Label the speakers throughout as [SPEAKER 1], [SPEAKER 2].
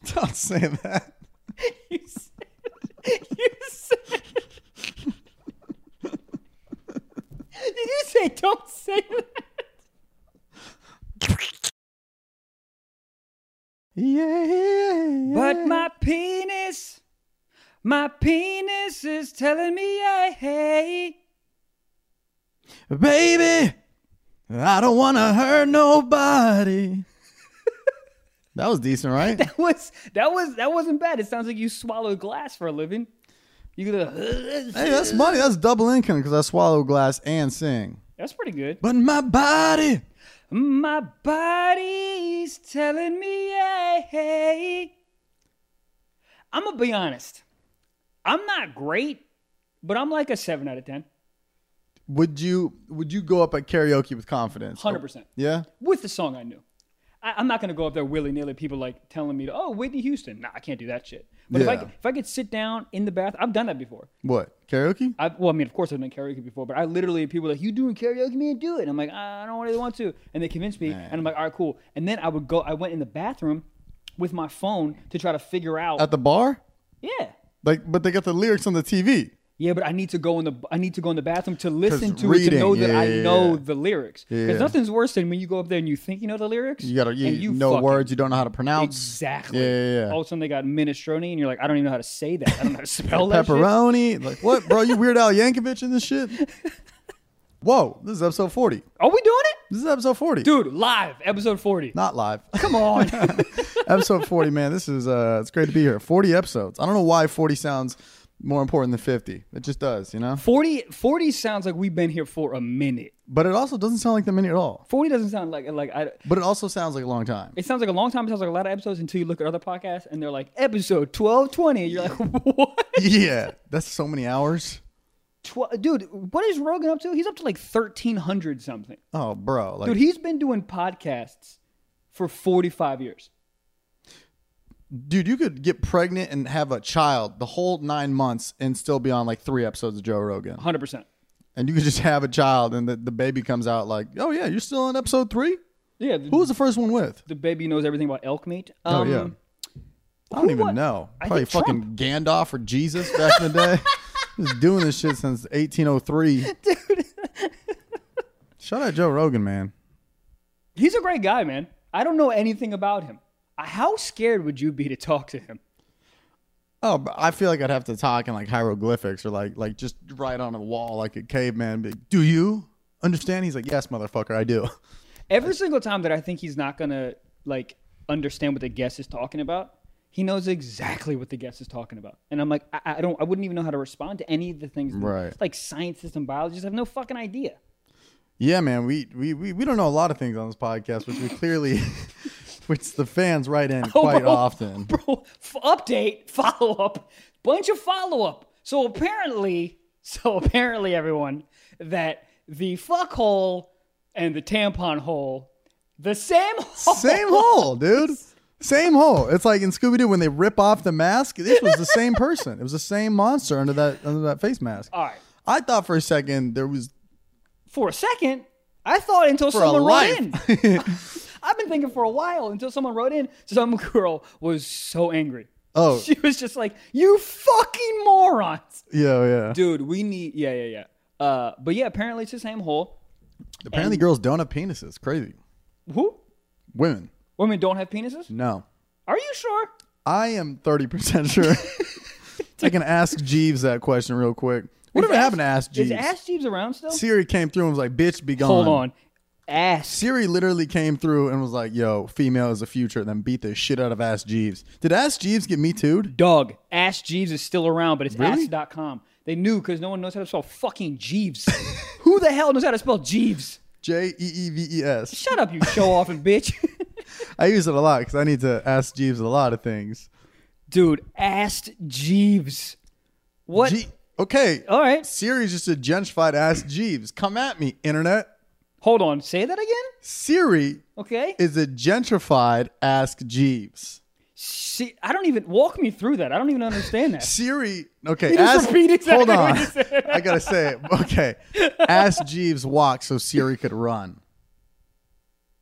[SPEAKER 1] not say that.
[SPEAKER 2] You said. You said. Did you say don't say that?
[SPEAKER 1] Yeah, yeah,
[SPEAKER 2] But my penis, my penis is telling me, hey,
[SPEAKER 1] baby, I don't want to hurt nobody. that was decent, right?
[SPEAKER 2] that was that was that wasn't bad. It sounds like you swallowed glass for a living. You could
[SPEAKER 1] hey, that's money. That's double income because I swallow glass and sing.
[SPEAKER 2] that's pretty good.
[SPEAKER 1] But my body,
[SPEAKER 2] My body's telling me, hey. I'm gonna be honest. I'm not great, but I'm like a seven out of ten.
[SPEAKER 1] would you would you go up at karaoke with confidence?
[SPEAKER 2] 100%.
[SPEAKER 1] Yeah.
[SPEAKER 2] with the song I knew. I, I'm not gonna go up there willy nilly. People like telling me to, oh, Whitney Houston. Nah, I can't do that shit. But if I
[SPEAKER 1] Yeah.
[SPEAKER 2] could- if I could sit down in the bath, I've done that before.
[SPEAKER 1] What karaoke?
[SPEAKER 2] I've, well, I mean, of course I've done karaoke before, but I literally people are like you doing karaoke, man, do it. And I'm like, I don't really want to, and they convinced me, and I'm like, all right, cool. And then I would go, I went in the bathroom with my phone to try to figure out,
[SPEAKER 1] At the bar?
[SPEAKER 2] yeah,
[SPEAKER 1] Like, but they got the lyrics on the TV.
[SPEAKER 2] yeah, but I need to go in the, I need to go in the bathroom to listen to it to
[SPEAKER 1] reading,
[SPEAKER 2] know that
[SPEAKER 1] yeah,
[SPEAKER 2] I
[SPEAKER 1] yeah,
[SPEAKER 2] know
[SPEAKER 1] yeah.
[SPEAKER 2] the lyrics, because
[SPEAKER 1] Yeah.
[SPEAKER 2] nothing's worse than when you go up there and you think you know the lyrics,
[SPEAKER 1] You gotta you,
[SPEAKER 2] and
[SPEAKER 1] know
[SPEAKER 2] fucking-
[SPEAKER 1] words you don't know how to pronounce.
[SPEAKER 2] Exactly.
[SPEAKER 1] Yeah, yeah, yeah.
[SPEAKER 2] All of a sudden they got minestrone, and you're like, I don't even know how to say that. I don't know how to spell that. shit.
[SPEAKER 1] Pepperoni. Like what, bro? You Weird Al Yankovic in this shit? Whoa! This is episode forty.
[SPEAKER 2] Are we doing it,
[SPEAKER 1] This is episode forty.
[SPEAKER 2] dude? Live episode forty.
[SPEAKER 1] Not live.
[SPEAKER 2] Come on.
[SPEAKER 1] episode 40 man this is uh it's great to be here 40 episodes i don't know why 40 sounds more important than 50 it just does you know
[SPEAKER 2] 40, 40 sounds like we've been here for a minute.
[SPEAKER 1] but it also doesn't sound like that many at all
[SPEAKER 2] Forty doesn't sound like like I.
[SPEAKER 1] but it also sounds like a long time
[SPEAKER 2] It sounds like a long time. It sounds like a lot of episodes until you look at other podcasts and they're like episode 12, 20. And you're like, what?
[SPEAKER 1] yeah that's so many hours
[SPEAKER 2] Tw- dude, what is Rogan up to? He's up to like 1,300 something.
[SPEAKER 1] oh bro like
[SPEAKER 2] Dude, he's been doing podcasts for 45 years.
[SPEAKER 1] dude you could get pregnant and have a child the whole nine months and still be on like three episodes of joe rogan
[SPEAKER 2] 100%.
[SPEAKER 1] and you could just have a child and the, the baby comes out like oh yeah you're still on episode three
[SPEAKER 2] Yeah.
[SPEAKER 1] who was the first one with
[SPEAKER 2] the baby knows everything about elk meat.
[SPEAKER 1] Oh,
[SPEAKER 2] Um,
[SPEAKER 1] yeah. I don't
[SPEAKER 2] who
[SPEAKER 1] even
[SPEAKER 2] wa-
[SPEAKER 1] know.
[SPEAKER 2] I
[SPEAKER 1] Probably
[SPEAKER 2] think Trump.
[SPEAKER 1] fucking Gandalf or Jesus back in the day. Just doing this shit since 1803. Dude. Shout out Joe Rogan, man.
[SPEAKER 2] He's a great guy, man. I don't know anything about him. Uh, How scared would you be to talk to him?
[SPEAKER 1] Oh, but I feel like I'd have to talk in like hieroglyphics or like like just right on a wall like a caveman. Be like, do you understand? He's like, yes, motherfucker, I do.
[SPEAKER 2] Every single time that I think he's not gonna like understand what the guest is talking about, he knows exactly what the guest is talking about. And I'm like, I, I don't, I wouldn't even know how to respond to any of the things. that-
[SPEAKER 1] Right.
[SPEAKER 2] Like scientists and biologists have no fucking idea.
[SPEAKER 1] Yeah, man, we we we, we don't know a lot of things on this podcast, which we clearly, which the fans write in quite
[SPEAKER 2] Oh, bro.
[SPEAKER 1] often.
[SPEAKER 2] Bro, f- update, follow up, bunch of follow up. So apparently, so apparently, everyone, that the fuck hole and the tampon hole, the same hole.
[SPEAKER 1] Same hole, dude. Same hole. It's like in Scooby Doo when they rip off the mask. This was the same person. It was the same monster under that under that face mask.
[SPEAKER 2] All right.
[SPEAKER 1] I thought for a second there was
[SPEAKER 2] For a second, I thought until
[SPEAKER 1] for
[SPEAKER 2] someone
[SPEAKER 1] a
[SPEAKER 2] wrote
[SPEAKER 1] life.
[SPEAKER 2] in. I've been thinking for a while until someone wrote in. Some girl was so angry.
[SPEAKER 1] Oh.
[SPEAKER 2] She was just like, you fucking morons.
[SPEAKER 1] yeah, yeah.
[SPEAKER 2] Dude, we need, yeah, yeah, yeah. Uh, but yeah, apparently it's the same hole.
[SPEAKER 1] Apparently, girls don't have penises. Crazy
[SPEAKER 2] Who?
[SPEAKER 1] women.
[SPEAKER 2] Women don't have penises?
[SPEAKER 1] No,
[SPEAKER 2] Are you sure?
[SPEAKER 1] I am thirty percent sure. I can ask Jeeves that question real quick. Whatever
[SPEAKER 2] Is
[SPEAKER 1] happened to Ask Jeeves?
[SPEAKER 2] Is Ask Jeeves around still?
[SPEAKER 1] Siri came through and was like, "Bitch, be gone."
[SPEAKER 2] Hold on. Ask.
[SPEAKER 1] Siri literally came through and was like, "Yo, female is the future." And then beat the shit out of Ask Jeeves. Did Ask Jeeves get me too'd?
[SPEAKER 2] Doug. Ask Jeeves is still around, but it's
[SPEAKER 1] Really?
[SPEAKER 2] ask.com. They knew because no one knows how to spell fucking Jeeves. Who the hell knows how to spell Jeeves?
[SPEAKER 1] J E E V E S.
[SPEAKER 2] Shut up, you show off and bitch.
[SPEAKER 1] I use it a lot because I need to ask Jeeves a lot of things.
[SPEAKER 2] Dude, asked Jeeves. What?
[SPEAKER 1] Gee- okay.
[SPEAKER 2] All right.
[SPEAKER 1] Siri's just a gentrified ass Jeeves. Come at me, internet.
[SPEAKER 2] Hold on. Say that again?
[SPEAKER 1] Siri
[SPEAKER 2] Okay.
[SPEAKER 1] is a gentrified ask Jeeves.
[SPEAKER 2] See, I don't even walk me through that. I don't even understand that.
[SPEAKER 1] Siri, okay.
[SPEAKER 2] just
[SPEAKER 1] ask,
[SPEAKER 2] repeated exactly
[SPEAKER 1] hold
[SPEAKER 2] what
[SPEAKER 1] on.
[SPEAKER 2] you said.
[SPEAKER 1] I gotta say it. Okay, ask Jeeves walk so Siri could run.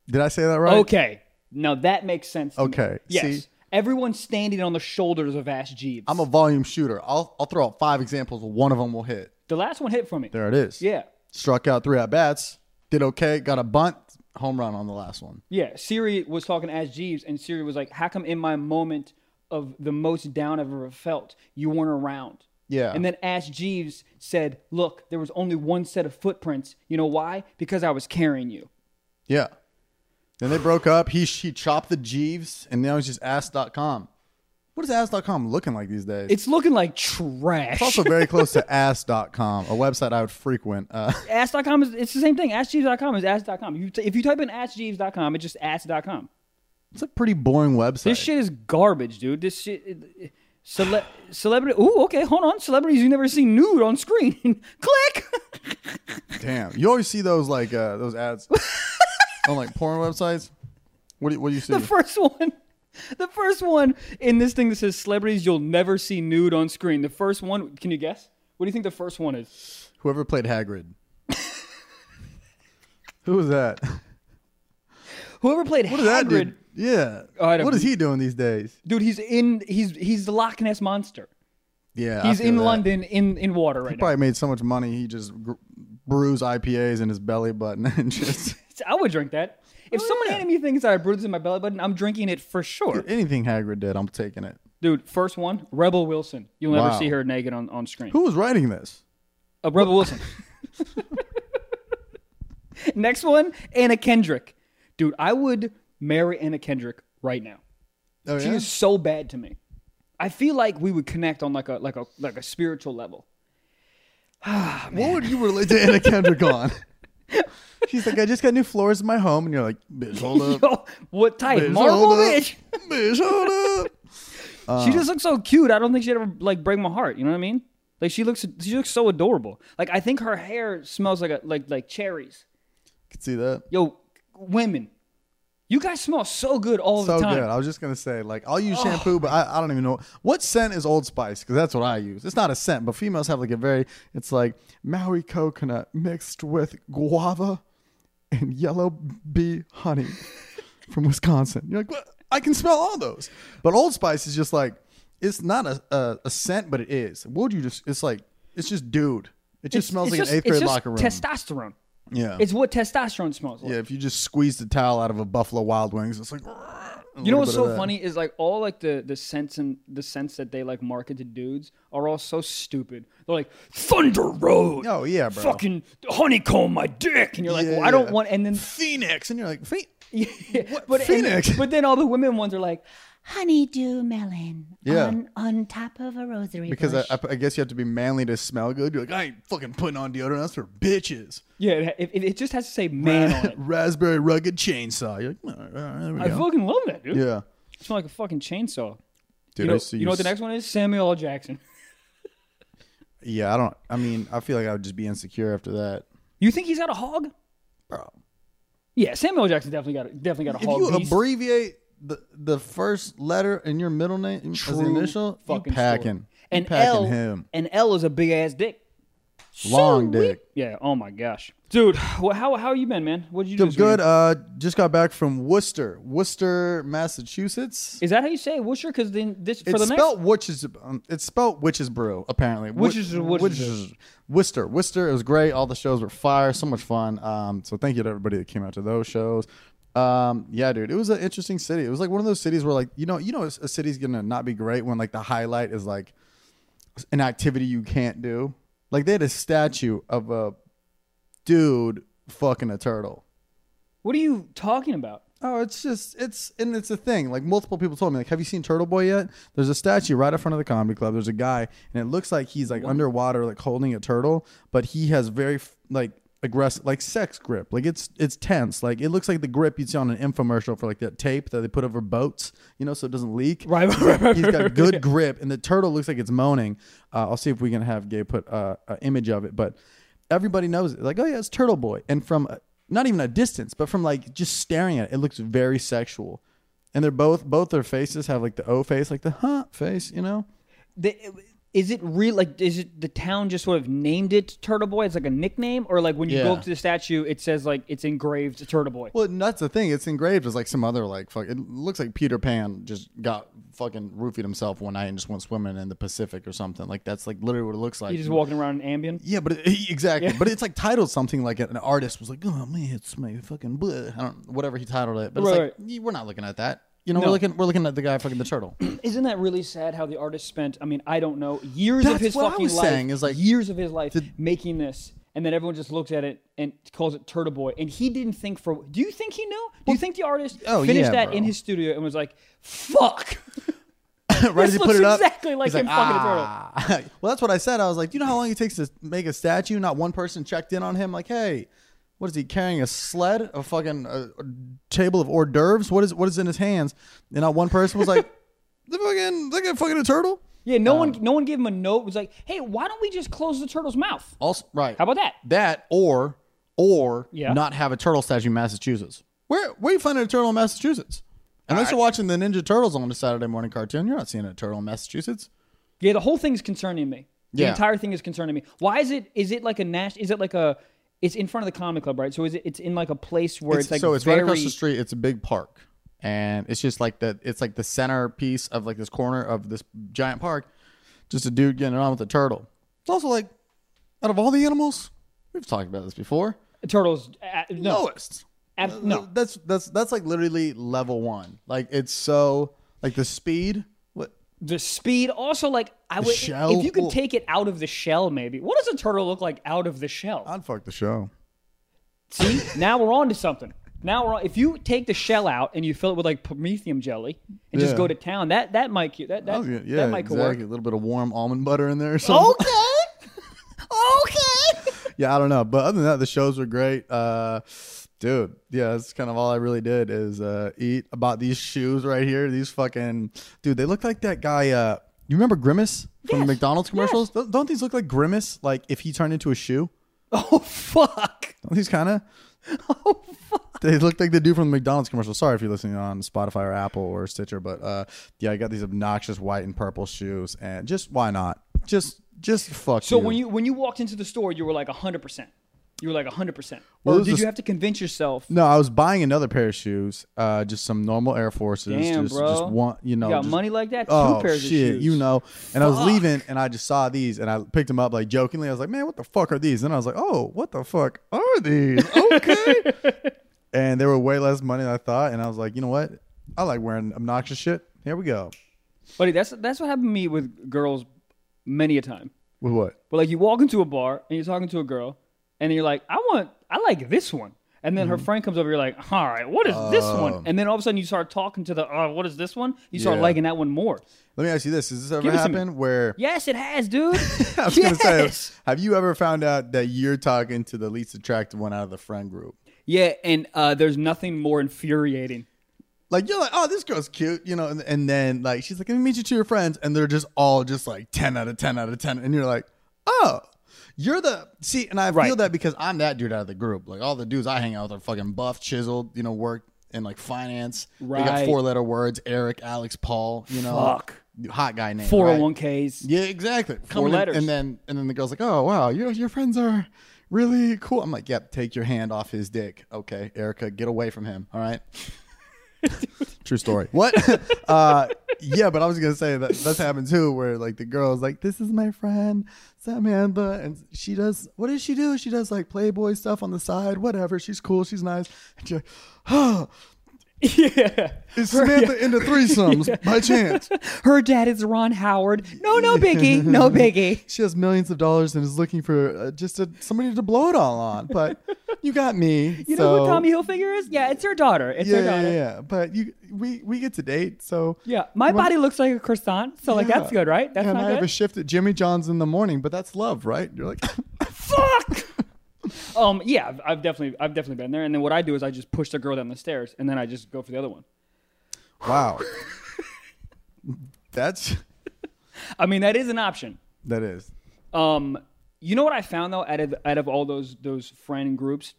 [SPEAKER 1] Did I say that right?
[SPEAKER 2] Okay. Now that makes sense. to me.
[SPEAKER 1] Okay,
[SPEAKER 2] Yes.
[SPEAKER 1] see?
[SPEAKER 2] Everyone's standing on the shoulders of Ash Jeeves.
[SPEAKER 1] I'm a volume shooter. I'll I'll throw out five examples. One of them will hit.
[SPEAKER 2] the last one hit from me.
[SPEAKER 1] There it is.
[SPEAKER 2] Yeah.
[SPEAKER 1] Struck out three at bats. Did okay. Got a bunt. Home run on the last one.
[SPEAKER 2] Yeah. Siri was talking to Ash Jeeves, and Siri was like, How come in my moment of the most down I've ever felt, you weren't around?
[SPEAKER 1] Yeah.
[SPEAKER 2] And then Ash Jeeves said, Look, there was only one set of footprints. You know why? Because I was carrying you.
[SPEAKER 1] Yeah. Then they broke up. He she chopped the Jeeves, and now he's just ass.com. What is ass.com looking like these days?
[SPEAKER 2] It's looking like trash.
[SPEAKER 1] It's also very close to ass.com, a website I would frequent. Uh,
[SPEAKER 2] Ask.com is it's the same thing. AskJeeves.com is Ask.com. You t- if you type in AskJeeves.com, it's just Ask.com.
[SPEAKER 1] it's a pretty boring website.
[SPEAKER 2] This shit is garbage, dude. This shit. it- it- Cele- celebrity. Ooh, okay, hold on. Celebrities you never see nude on screen. Click.
[SPEAKER 1] Damn, you always see those like uh, those ads on like porn websites. What do, what do you see?
[SPEAKER 2] the first one. The first one in this thing that says celebrities you'll never see nude on screen. The first one. Can you guess? What do you think the first one is?
[SPEAKER 1] Whoever played Hagrid. Who was that?
[SPEAKER 2] Whoever played
[SPEAKER 1] What is that
[SPEAKER 2] Hagrid, Oh,
[SPEAKER 1] dude? Yeah.
[SPEAKER 2] I don't-
[SPEAKER 1] What is he doing these days?
[SPEAKER 2] dude. He's in. He's he's the Loch Ness monster.
[SPEAKER 1] Yeah, I
[SPEAKER 2] He's
[SPEAKER 1] feel
[SPEAKER 2] in
[SPEAKER 1] that.
[SPEAKER 2] London in in water right now.
[SPEAKER 1] Probably made so much money he just gr- brews IPAs in his belly button and just
[SPEAKER 2] I would drink that. If someone
[SPEAKER 1] Oh, yeah.
[SPEAKER 2] handed me things that I brewed in my belly button, I'm drinking it for sure.
[SPEAKER 1] anything Hagrid did, I'm taking it.
[SPEAKER 2] Dude, first one, Rebel Wilson. You'll never
[SPEAKER 1] Wow.
[SPEAKER 2] see her naked on, on screen.
[SPEAKER 1] Who was writing this?
[SPEAKER 2] Uh, Rebel Wilson. Next one, Anna Kendrick. Dude, I would marry Anna Kendrick right now.
[SPEAKER 1] Oh,
[SPEAKER 2] She
[SPEAKER 1] yeah?
[SPEAKER 2] is so bad to me. I feel like we would connect on like a like a like a spiritual level.
[SPEAKER 1] What would you relate to Anna Kendrick on? She's like, I just got new floors in my home, and you're like, bitch, hold up,
[SPEAKER 2] Yo, what type?
[SPEAKER 1] bitch,
[SPEAKER 2] Marvel
[SPEAKER 1] Uh, hold up,
[SPEAKER 2] bitch.
[SPEAKER 1] bitch, hold up. Oh.
[SPEAKER 2] she just looks so cute. I don't think she'd ever like break my heart. You know what I mean? Like she looks, she looks so adorable. Like I think her hair smells like a like like cherries.
[SPEAKER 1] Could see that.
[SPEAKER 2] Yo, women, you guys smell so good all
[SPEAKER 1] So
[SPEAKER 2] the time. Oh.
[SPEAKER 1] good. I was just gonna say, like, I'll use shampoo, but I, I don't even know what scent is Old Spice because that's what I use. It's not a scent, but females have like a very, it's like Maui coconut mixed with guava and yellow bee honey from Wisconsin. You're like, what? I can smell all those, but Old Spice is just like, it's not a a, a scent, but it is. Would you just? It's like, it's just dude. It just smells like an eighth grade
[SPEAKER 2] it's just
[SPEAKER 1] locker room.
[SPEAKER 2] Testosterone.
[SPEAKER 1] yeah,
[SPEAKER 2] It's what testosterone smells like.
[SPEAKER 1] yeah. If you just squeeze the towel out of a Buffalo Wild Wings, it's like.
[SPEAKER 2] you know what's so funny is like all like the the scents and the scents that they like market to dudes are all so stupid. They're like Thunder Road.
[SPEAKER 1] Oh, yeah, bro.
[SPEAKER 2] Fucking honeycomb my dick, and you're like,
[SPEAKER 1] Yeah,
[SPEAKER 2] well, I don't
[SPEAKER 1] yeah.
[SPEAKER 2] want. And then
[SPEAKER 1] Phoenix, and you're like, Phoenix.
[SPEAKER 2] Yeah, but and-
[SPEAKER 1] Phoenix?
[SPEAKER 2] but then all the women ones are like,
[SPEAKER 3] honeydew melon
[SPEAKER 1] Yeah.
[SPEAKER 3] on, on top of a rosary
[SPEAKER 1] Because I,
[SPEAKER 3] bush.
[SPEAKER 1] I, I guess you have to be manly to smell good. You're like, I ain't fucking putting on deodorant. That's for bitches.
[SPEAKER 2] yeah, it, it, it just has to say man on it.
[SPEAKER 1] Raspberry rugged chainsaw. You're like, all right, all right, there we
[SPEAKER 2] I
[SPEAKER 1] go.
[SPEAKER 2] fucking love that, dude.
[SPEAKER 1] yeah.
[SPEAKER 2] It smells like a fucking chainsaw.
[SPEAKER 1] Dude,
[SPEAKER 2] you know,
[SPEAKER 1] I see
[SPEAKER 2] you know what the next one is? Samuel L. Jackson.
[SPEAKER 1] Yeah, I don't. I mean, I feel like I would just be insecure after that.
[SPEAKER 2] You think he's got a hog?
[SPEAKER 1] Bro.
[SPEAKER 2] Yeah, Samuel L. Jackson definitely got a, definitely got a
[SPEAKER 1] If
[SPEAKER 2] hog.
[SPEAKER 1] you
[SPEAKER 2] beast.
[SPEAKER 1] abbreviate the, the first letter in your middle name as
[SPEAKER 2] True
[SPEAKER 1] an initial, you
[SPEAKER 2] fucking
[SPEAKER 1] packing.
[SPEAKER 2] story.
[SPEAKER 1] You
[SPEAKER 2] and
[SPEAKER 1] packing
[SPEAKER 2] L
[SPEAKER 1] him.
[SPEAKER 2] and L is a big ass dick.
[SPEAKER 1] Long dick.
[SPEAKER 2] Yeah. Oh my gosh, dude. Well, how how you been, man? What did you do?
[SPEAKER 1] I'm
[SPEAKER 2] this weekend?
[SPEAKER 1] good. Uh, just got back from Worcester, Worcester, Massachusetts.
[SPEAKER 2] Is that how you say it? Worcester? Because then this for
[SPEAKER 1] it's
[SPEAKER 2] the next.
[SPEAKER 1] spelt witches. Um, it's spelt witches brew. Apparently,
[SPEAKER 2] Witches-
[SPEAKER 1] Wh-
[SPEAKER 2] witches.
[SPEAKER 1] Worcester, Worcester. It was great. All the shows were fire. So much fun. Um, so thank you to everybody that came out to those shows. Um, yeah, dude, it was an interesting city. It was like one of those cities where, like, you know, you know, a city's gonna not be great when like the highlight is like an activity you can't do. Like they had a statue of a dude fucking a turtle.
[SPEAKER 2] What are you talking about?
[SPEAKER 1] Oh, it's just it's and it's a thing. Like multiple people told me, like, have you seen Turtle Boy yet? There's a statue right in front of the comedy club. There's a guy, and it looks like he's like underwater, like holding a turtle, but he has very f- like aggressive, like sex grip. Like it's it's tense. Like it looks like the grip you'd see on an infomercial for like that tape that they put over boats, you know, so it doesn't leak.
[SPEAKER 2] Right, right, right, right,
[SPEAKER 1] He's got
[SPEAKER 2] right,
[SPEAKER 1] good grip, and the turtle looks like it's moaning. Uh, I'll see if we can have Gabe put uh, an image of it, but everybody knows it. Like, oh yeah, it's Turtle Boy, and from uh, not even a distance, but from like just staring at it, it looks very sexual. And they're both both their faces have like the O face, like the huh face, you know.
[SPEAKER 2] The, is it real? Like, is it the town just sort of named it Turtle Boy? It's like a nickname, or like when you
[SPEAKER 1] Yeah.
[SPEAKER 2] go up to the statue, it says like it's engraved Turtle Boy.
[SPEAKER 1] Well, and that's the thing. It's engraved as like some other like fuck. It looks like Peter Pan just got fucking roofied himself one night and just went swimming in the Pacific or something. Like that's like literally what it looks like.
[SPEAKER 2] You're just walking around in Ambien.
[SPEAKER 1] yeah, but it, exactly. But it's like titled something like an artist was like, "Oh man, it's my fucking bleh. I don't whatever he titled it." But
[SPEAKER 2] Right,
[SPEAKER 1] it's like we're not looking at that. You know,
[SPEAKER 2] No.
[SPEAKER 1] we're looking we're looking at the guy fucking the turtle.
[SPEAKER 2] Isn't that really sad? How the artist spent? I mean, I don't know, years of
[SPEAKER 1] That's
[SPEAKER 2] his
[SPEAKER 1] what I
[SPEAKER 2] fucking
[SPEAKER 1] was
[SPEAKER 2] life,
[SPEAKER 1] saying, is, like,
[SPEAKER 2] years of his life making this, and then everyone just looks at it and calls it Turtle Boy, and he didn't think for. Do you think he knew? Do you think the artist
[SPEAKER 1] oh,
[SPEAKER 2] finished
[SPEAKER 1] yeah,
[SPEAKER 2] that in
[SPEAKER 1] bro.
[SPEAKER 2] his studio and was like, "Fuck"?
[SPEAKER 1] right as
[SPEAKER 2] This
[SPEAKER 1] he put
[SPEAKER 2] looks
[SPEAKER 1] it up,
[SPEAKER 2] exactly like
[SPEAKER 1] he's
[SPEAKER 2] him fucking a turtle.
[SPEAKER 1] "Ah." well, that's what I said. I was like, do you know how long it takes to make a statue? Not one person checked in on him. Like, hey, what is he carrying? A sled? A fucking a, a table of hors d'oeuvres? What is what is in his hands? And not one person was like, the fucking they got fucking a turtle.
[SPEAKER 2] Yeah, no one, no one gave him a note. It was like, "Hey, why don't we just close the turtle's mouth?"
[SPEAKER 1] Also, right?
[SPEAKER 2] How about that?
[SPEAKER 1] that? Or or
[SPEAKER 2] Yeah.
[SPEAKER 1] not have a turtle statue in Massachusetts? Where where you finding a turtle in Massachusetts? Unless you're watching the Ninja Turtles on a Saturday morning cartoon, you're not seeing a turtle in Massachusetts.
[SPEAKER 2] Yeah, the whole thing's concerning me. The
[SPEAKER 1] Yeah.
[SPEAKER 2] entire thing is concerning me. Why is it? Is it like a Nash? Is it like a? It's in front of the comic club, right? So is it? It's in like a place where it's, like
[SPEAKER 1] so it's
[SPEAKER 2] very,
[SPEAKER 1] right across the street. It's a big park, and it's just like the it's like the centerpiece of like this corner of this giant park. Just a dude getting it on with a turtle. It's also like out of all the animals, we've talked about this before.
[SPEAKER 2] Turtles, uh, no,
[SPEAKER 1] Lowest.
[SPEAKER 2] ab- no.
[SPEAKER 1] that's that's that's like literally level one. Like it's so like the speed. What
[SPEAKER 2] The speed, also like I would.
[SPEAKER 1] shell?
[SPEAKER 2] If you could
[SPEAKER 1] Well-
[SPEAKER 2] take it out of the shell, maybe. What does a turtle look like out of the shell?
[SPEAKER 1] I'd fuck the show.
[SPEAKER 2] See, now we're on to something. Now we're on. If you take the shell out and you fill it with like promethium jelly and just
[SPEAKER 1] Yeah. Oh,
[SPEAKER 2] go to town, that that might that that,
[SPEAKER 1] yeah,
[SPEAKER 2] that might could
[SPEAKER 1] exactly.
[SPEAKER 2] work.
[SPEAKER 1] A little bit of warm almond butter in there. Or something.
[SPEAKER 2] Okay. okay.
[SPEAKER 1] yeah, I don't know. But other than that, the shows were great. Uh, dude, yeah, that's kind of all I really did is uh, eat about these shoes right here. These fucking dude, they look like that guy. Uh, you remember Grimace from
[SPEAKER 2] Yes,
[SPEAKER 1] McDonald's commercials? Don't- Don't these look like Grimace? Like if he turned into a shoe?
[SPEAKER 2] Oh fuck.
[SPEAKER 1] Don't these kind of? Oh fuck! They look like the dude from the McDonald's commercial. Sorry if you're listening on Spotify or Apple or Stitcher, but uh, yeah, I got these obnoxious white and purple shoes, and just why not? Just just fuck.
[SPEAKER 2] So when you when you walked into the store, you were like hundred percent. You were like hundred percent.
[SPEAKER 1] Well, it
[SPEAKER 2] Or
[SPEAKER 1] was
[SPEAKER 2] did you
[SPEAKER 1] just-
[SPEAKER 2] have to convince yourself?
[SPEAKER 1] No, I was buying another pair of shoes, uh, just some normal Air Forces.
[SPEAKER 2] Damn,
[SPEAKER 1] just,
[SPEAKER 2] bro.
[SPEAKER 1] just one, you know,
[SPEAKER 2] you got
[SPEAKER 1] just-
[SPEAKER 2] money like that? Two
[SPEAKER 1] Oh
[SPEAKER 2] pairs
[SPEAKER 1] shit,
[SPEAKER 2] of shoes.
[SPEAKER 1] you know. And I was leaving, and I just saw these, and I picked them up like jokingly. I was like, "Man, what the fuck are these?" And I was like, "Oh, what the fuck are these?" Okay. and they were way less money than I thought, and I was like, "You know what? I like wearing obnoxious shit. Here we go."
[SPEAKER 2] buddy. That's that's what happened to me with girls many a time.
[SPEAKER 1] With what?
[SPEAKER 2] But like you walk into a bar and you're talking to a girl, and then you're like, I want, I like this one. And then her
[SPEAKER 1] Mm-hmm.
[SPEAKER 2] friend comes over, you're like, all right, what is this one? And then all of a sudden you start talking to the, oh, what is this one? You start
[SPEAKER 1] Um. Yeah.
[SPEAKER 2] liking that one more.
[SPEAKER 1] Let me ask you this: Has this ever
[SPEAKER 2] Give it to me.
[SPEAKER 1] happened where?
[SPEAKER 2] Yes, it has, dude.
[SPEAKER 1] I was
[SPEAKER 2] yes.
[SPEAKER 1] gonna say, have you ever found out that you're talking to the least attractive one out of the friend group?
[SPEAKER 2] Yeah, and uh, there's nothing more infuriating.
[SPEAKER 1] like you're like, oh, this girl's cute, you know, and, and then like she's like, let me meet you to your friends, and they're just all just like ten out of ten out of ten, and you're like, oh, you're the see, and I feel
[SPEAKER 2] Right.
[SPEAKER 1] that because I'm that dude out of the group. Like all the dudes I hang out with are fucking buff, chiseled, you know, work in like finance. They
[SPEAKER 2] Right.
[SPEAKER 1] got four letter words: Eric, Alex, Paul. You know,
[SPEAKER 2] Fuck.
[SPEAKER 1] hot guy name. right?
[SPEAKER 2] 401ks.
[SPEAKER 1] Yeah, exactly. Four lin-
[SPEAKER 2] letters.
[SPEAKER 1] And then and then the girl's like, "Oh wow, your your friends are really cool." I'm like, "Yep, take your hand off his dick, okay, Erica, get away from him, all right." True story. What? uh, yeah, but I was gonna say that that's happened too, where like the girl's like, "This is my friend Samantha," and she does what does she do? She does like Playboy stuff on the side, whatever. She's cool, she's nice. And you're, oh,
[SPEAKER 2] Yeah.
[SPEAKER 1] is Samantha into threesomes by chance?
[SPEAKER 2] Her dad is Ron Howard. No, no biggie. No biggie.
[SPEAKER 1] she has millions of dollars and is looking for uh, just a, somebody to blow it all on. But you got me.
[SPEAKER 2] You know who
[SPEAKER 1] so-
[SPEAKER 2] Tommy Hilfiger is? Yeah, it's her daughter. It's
[SPEAKER 1] Yeah,
[SPEAKER 2] her
[SPEAKER 1] yeah,
[SPEAKER 2] daughter. Yeah,
[SPEAKER 1] yeah. But you, we, we get to date. So
[SPEAKER 2] my
[SPEAKER 1] You want-
[SPEAKER 2] body looks like a croissant, so like
[SPEAKER 1] Yeah.
[SPEAKER 2] that's good, right? That's
[SPEAKER 1] and
[SPEAKER 2] not
[SPEAKER 1] I
[SPEAKER 2] good.
[SPEAKER 1] have a shift at Jimmy John's in the morning, but that's love, right? You're like,
[SPEAKER 2] fuck. um, yeah, I've, I've definitely, I've definitely been there. And then what I do is I just push the girl down the stairs, and then I just go for the other one.
[SPEAKER 1] wow, that's
[SPEAKER 2] I mean, that is an option.
[SPEAKER 1] that is.
[SPEAKER 2] Um, you know what I found though, out of out of all those those friend groups,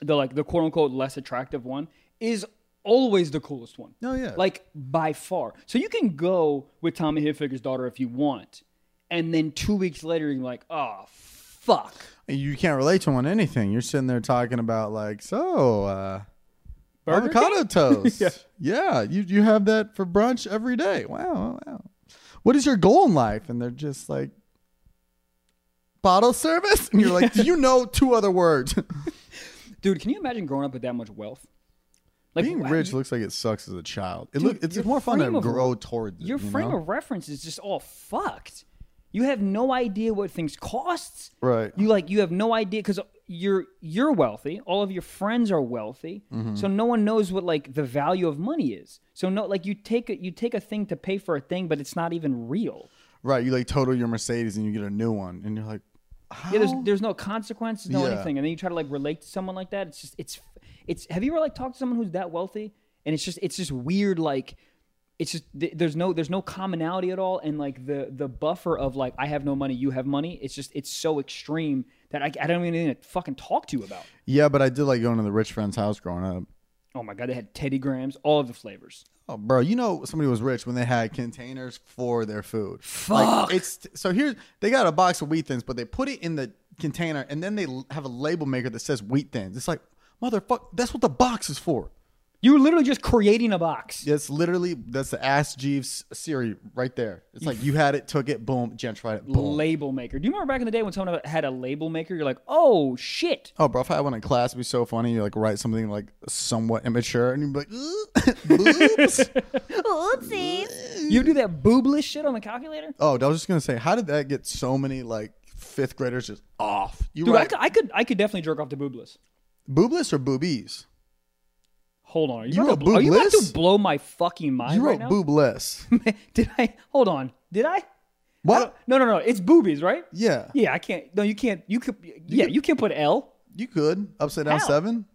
[SPEAKER 2] the like the quote unquote less attractive one is always the coolest one.
[SPEAKER 1] Oh, yeah.
[SPEAKER 2] like by far. So you can go with Tommy Hilfiger's daughter if you want, and then two weeks later you're like, oh fuck.
[SPEAKER 1] You can't relate to him on anything. You're sitting there talking about like, so uh,
[SPEAKER 2] Burger
[SPEAKER 1] avocado
[SPEAKER 2] King?
[SPEAKER 1] toast.
[SPEAKER 2] Yeah.
[SPEAKER 1] yeah. you you have that for brunch every day. Wow, wow. What is your goal in life? And they're just like bottle service, and you're like, do you know two other words?
[SPEAKER 2] Dude, can you imagine growing up with that much wealth? Like
[SPEAKER 1] Being
[SPEAKER 2] wow,
[SPEAKER 1] rich
[SPEAKER 2] y-
[SPEAKER 1] looks like it sucks as a child. It
[SPEAKER 2] Dude,
[SPEAKER 1] look, it's
[SPEAKER 2] your
[SPEAKER 1] more fun to
[SPEAKER 2] frame of-
[SPEAKER 1] grow towards it.
[SPEAKER 2] your
[SPEAKER 1] you
[SPEAKER 2] frame
[SPEAKER 1] know?
[SPEAKER 2] of reference is just all fucked. You have no idea what things costs.
[SPEAKER 1] right.
[SPEAKER 2] You like you have no idea because you're you're wealthy. All of your friends are wealthy,
[SPEAKER 1] Mm-hmm.
[SPEAKER 2] so no one knows what like the value of money is. So no, like you take a, you take a thing to pay for a thing, but it's not even real.
[SPEAKER 1] Right, you like total your Mercedes and you get a new one, and you're like, how?
[SPEAKER 2] Yeah, there's there's no consequences, no
[SPEAKER 1] Oh. Yeah.
[SPEAKER 2] anything, and then you try to like relate to someone like that. It's just it's it's. Have you ever like talked to someone who's that wealthy, and it's just it's just weird. Like it's just th- there's no there's no commonality at all, and like the the buffer of like I have no money, you have money. It's just it's so extreme that I I don't even need to fucking talk to you about.
[SPEAKER 1] yeah, but I did like going to the rich friend's house growing up.
[SPEAKER 2] Oh my god, they had Teddy Grahams, all of the flavors.
[SPEAKER 1] Oh, bro, you know somebody was rich when they had containers for their food.
[SPEAKER 2] Fuck.
[SPEAKER 1] Like, it's so here they got a box of wheat thins, but they put it in the container, and then they l- have a label maker that says wheat thins. It's like, motherfucker, that's what the box is for.
[SPEAKER 2] You were literally just creating a box.
[SPEAKER 1] That's literally that's the Ask Jeeves Siri right there. It's like you had it, took it, boom, gentrified it, boom.
[SPEAKER 2] Label maker. Do you remember back in the day when someone had a label maker? You're like, oh shit.
[SPEAKER 1] Oh, bro, if I had one in class, it'd be so funny. You like write something like somewhat immature, and you'd be like, "Oops."
[SPEAKER 3] Oopsies.
[SPEAKER 2] You do that boobless shit on the calculator?
[SPEAKER 1] oh, I was just gonna say, how did that get so many like fifth graders just off? You
[SPEAKER 2] Dude, I
[SPEAKER 1] right?
[SPEAKER 2] could, I could I could definitely jerk off to boobless.
[SPEAKER 1] boobless or boobies?
[SPEAKER 2] Hold on, are you,
[SPEAKER 1] You
[SPEAKER 2] about
[SPEAKER 1] were
[SPEAKER 2] to, are you about to
[SPEAKER 1] boobless?
[SPEAKER 2] blow my fucking mind
[SPEAKER 1] You
[SPEAKER 2] right
[SPEAKER 1] wrote
[SPEAKER 2] now?
[SPEAKER 1] boobless.
[SPEAKER 2] Did I? Hold on, did I?
[SPEAKER 1] what?
[SPEAKER 2] No, no, no. It's boobies, right?
[SPEAKER 1] Yeah,
[SPEAKER 2] Yeah, I can't. No, you can't. You could. Yeah, you can't put L.
[SPEAKER 1] you could upside down
[SPEAKER 2] How?
[SPEAKER 1] seven.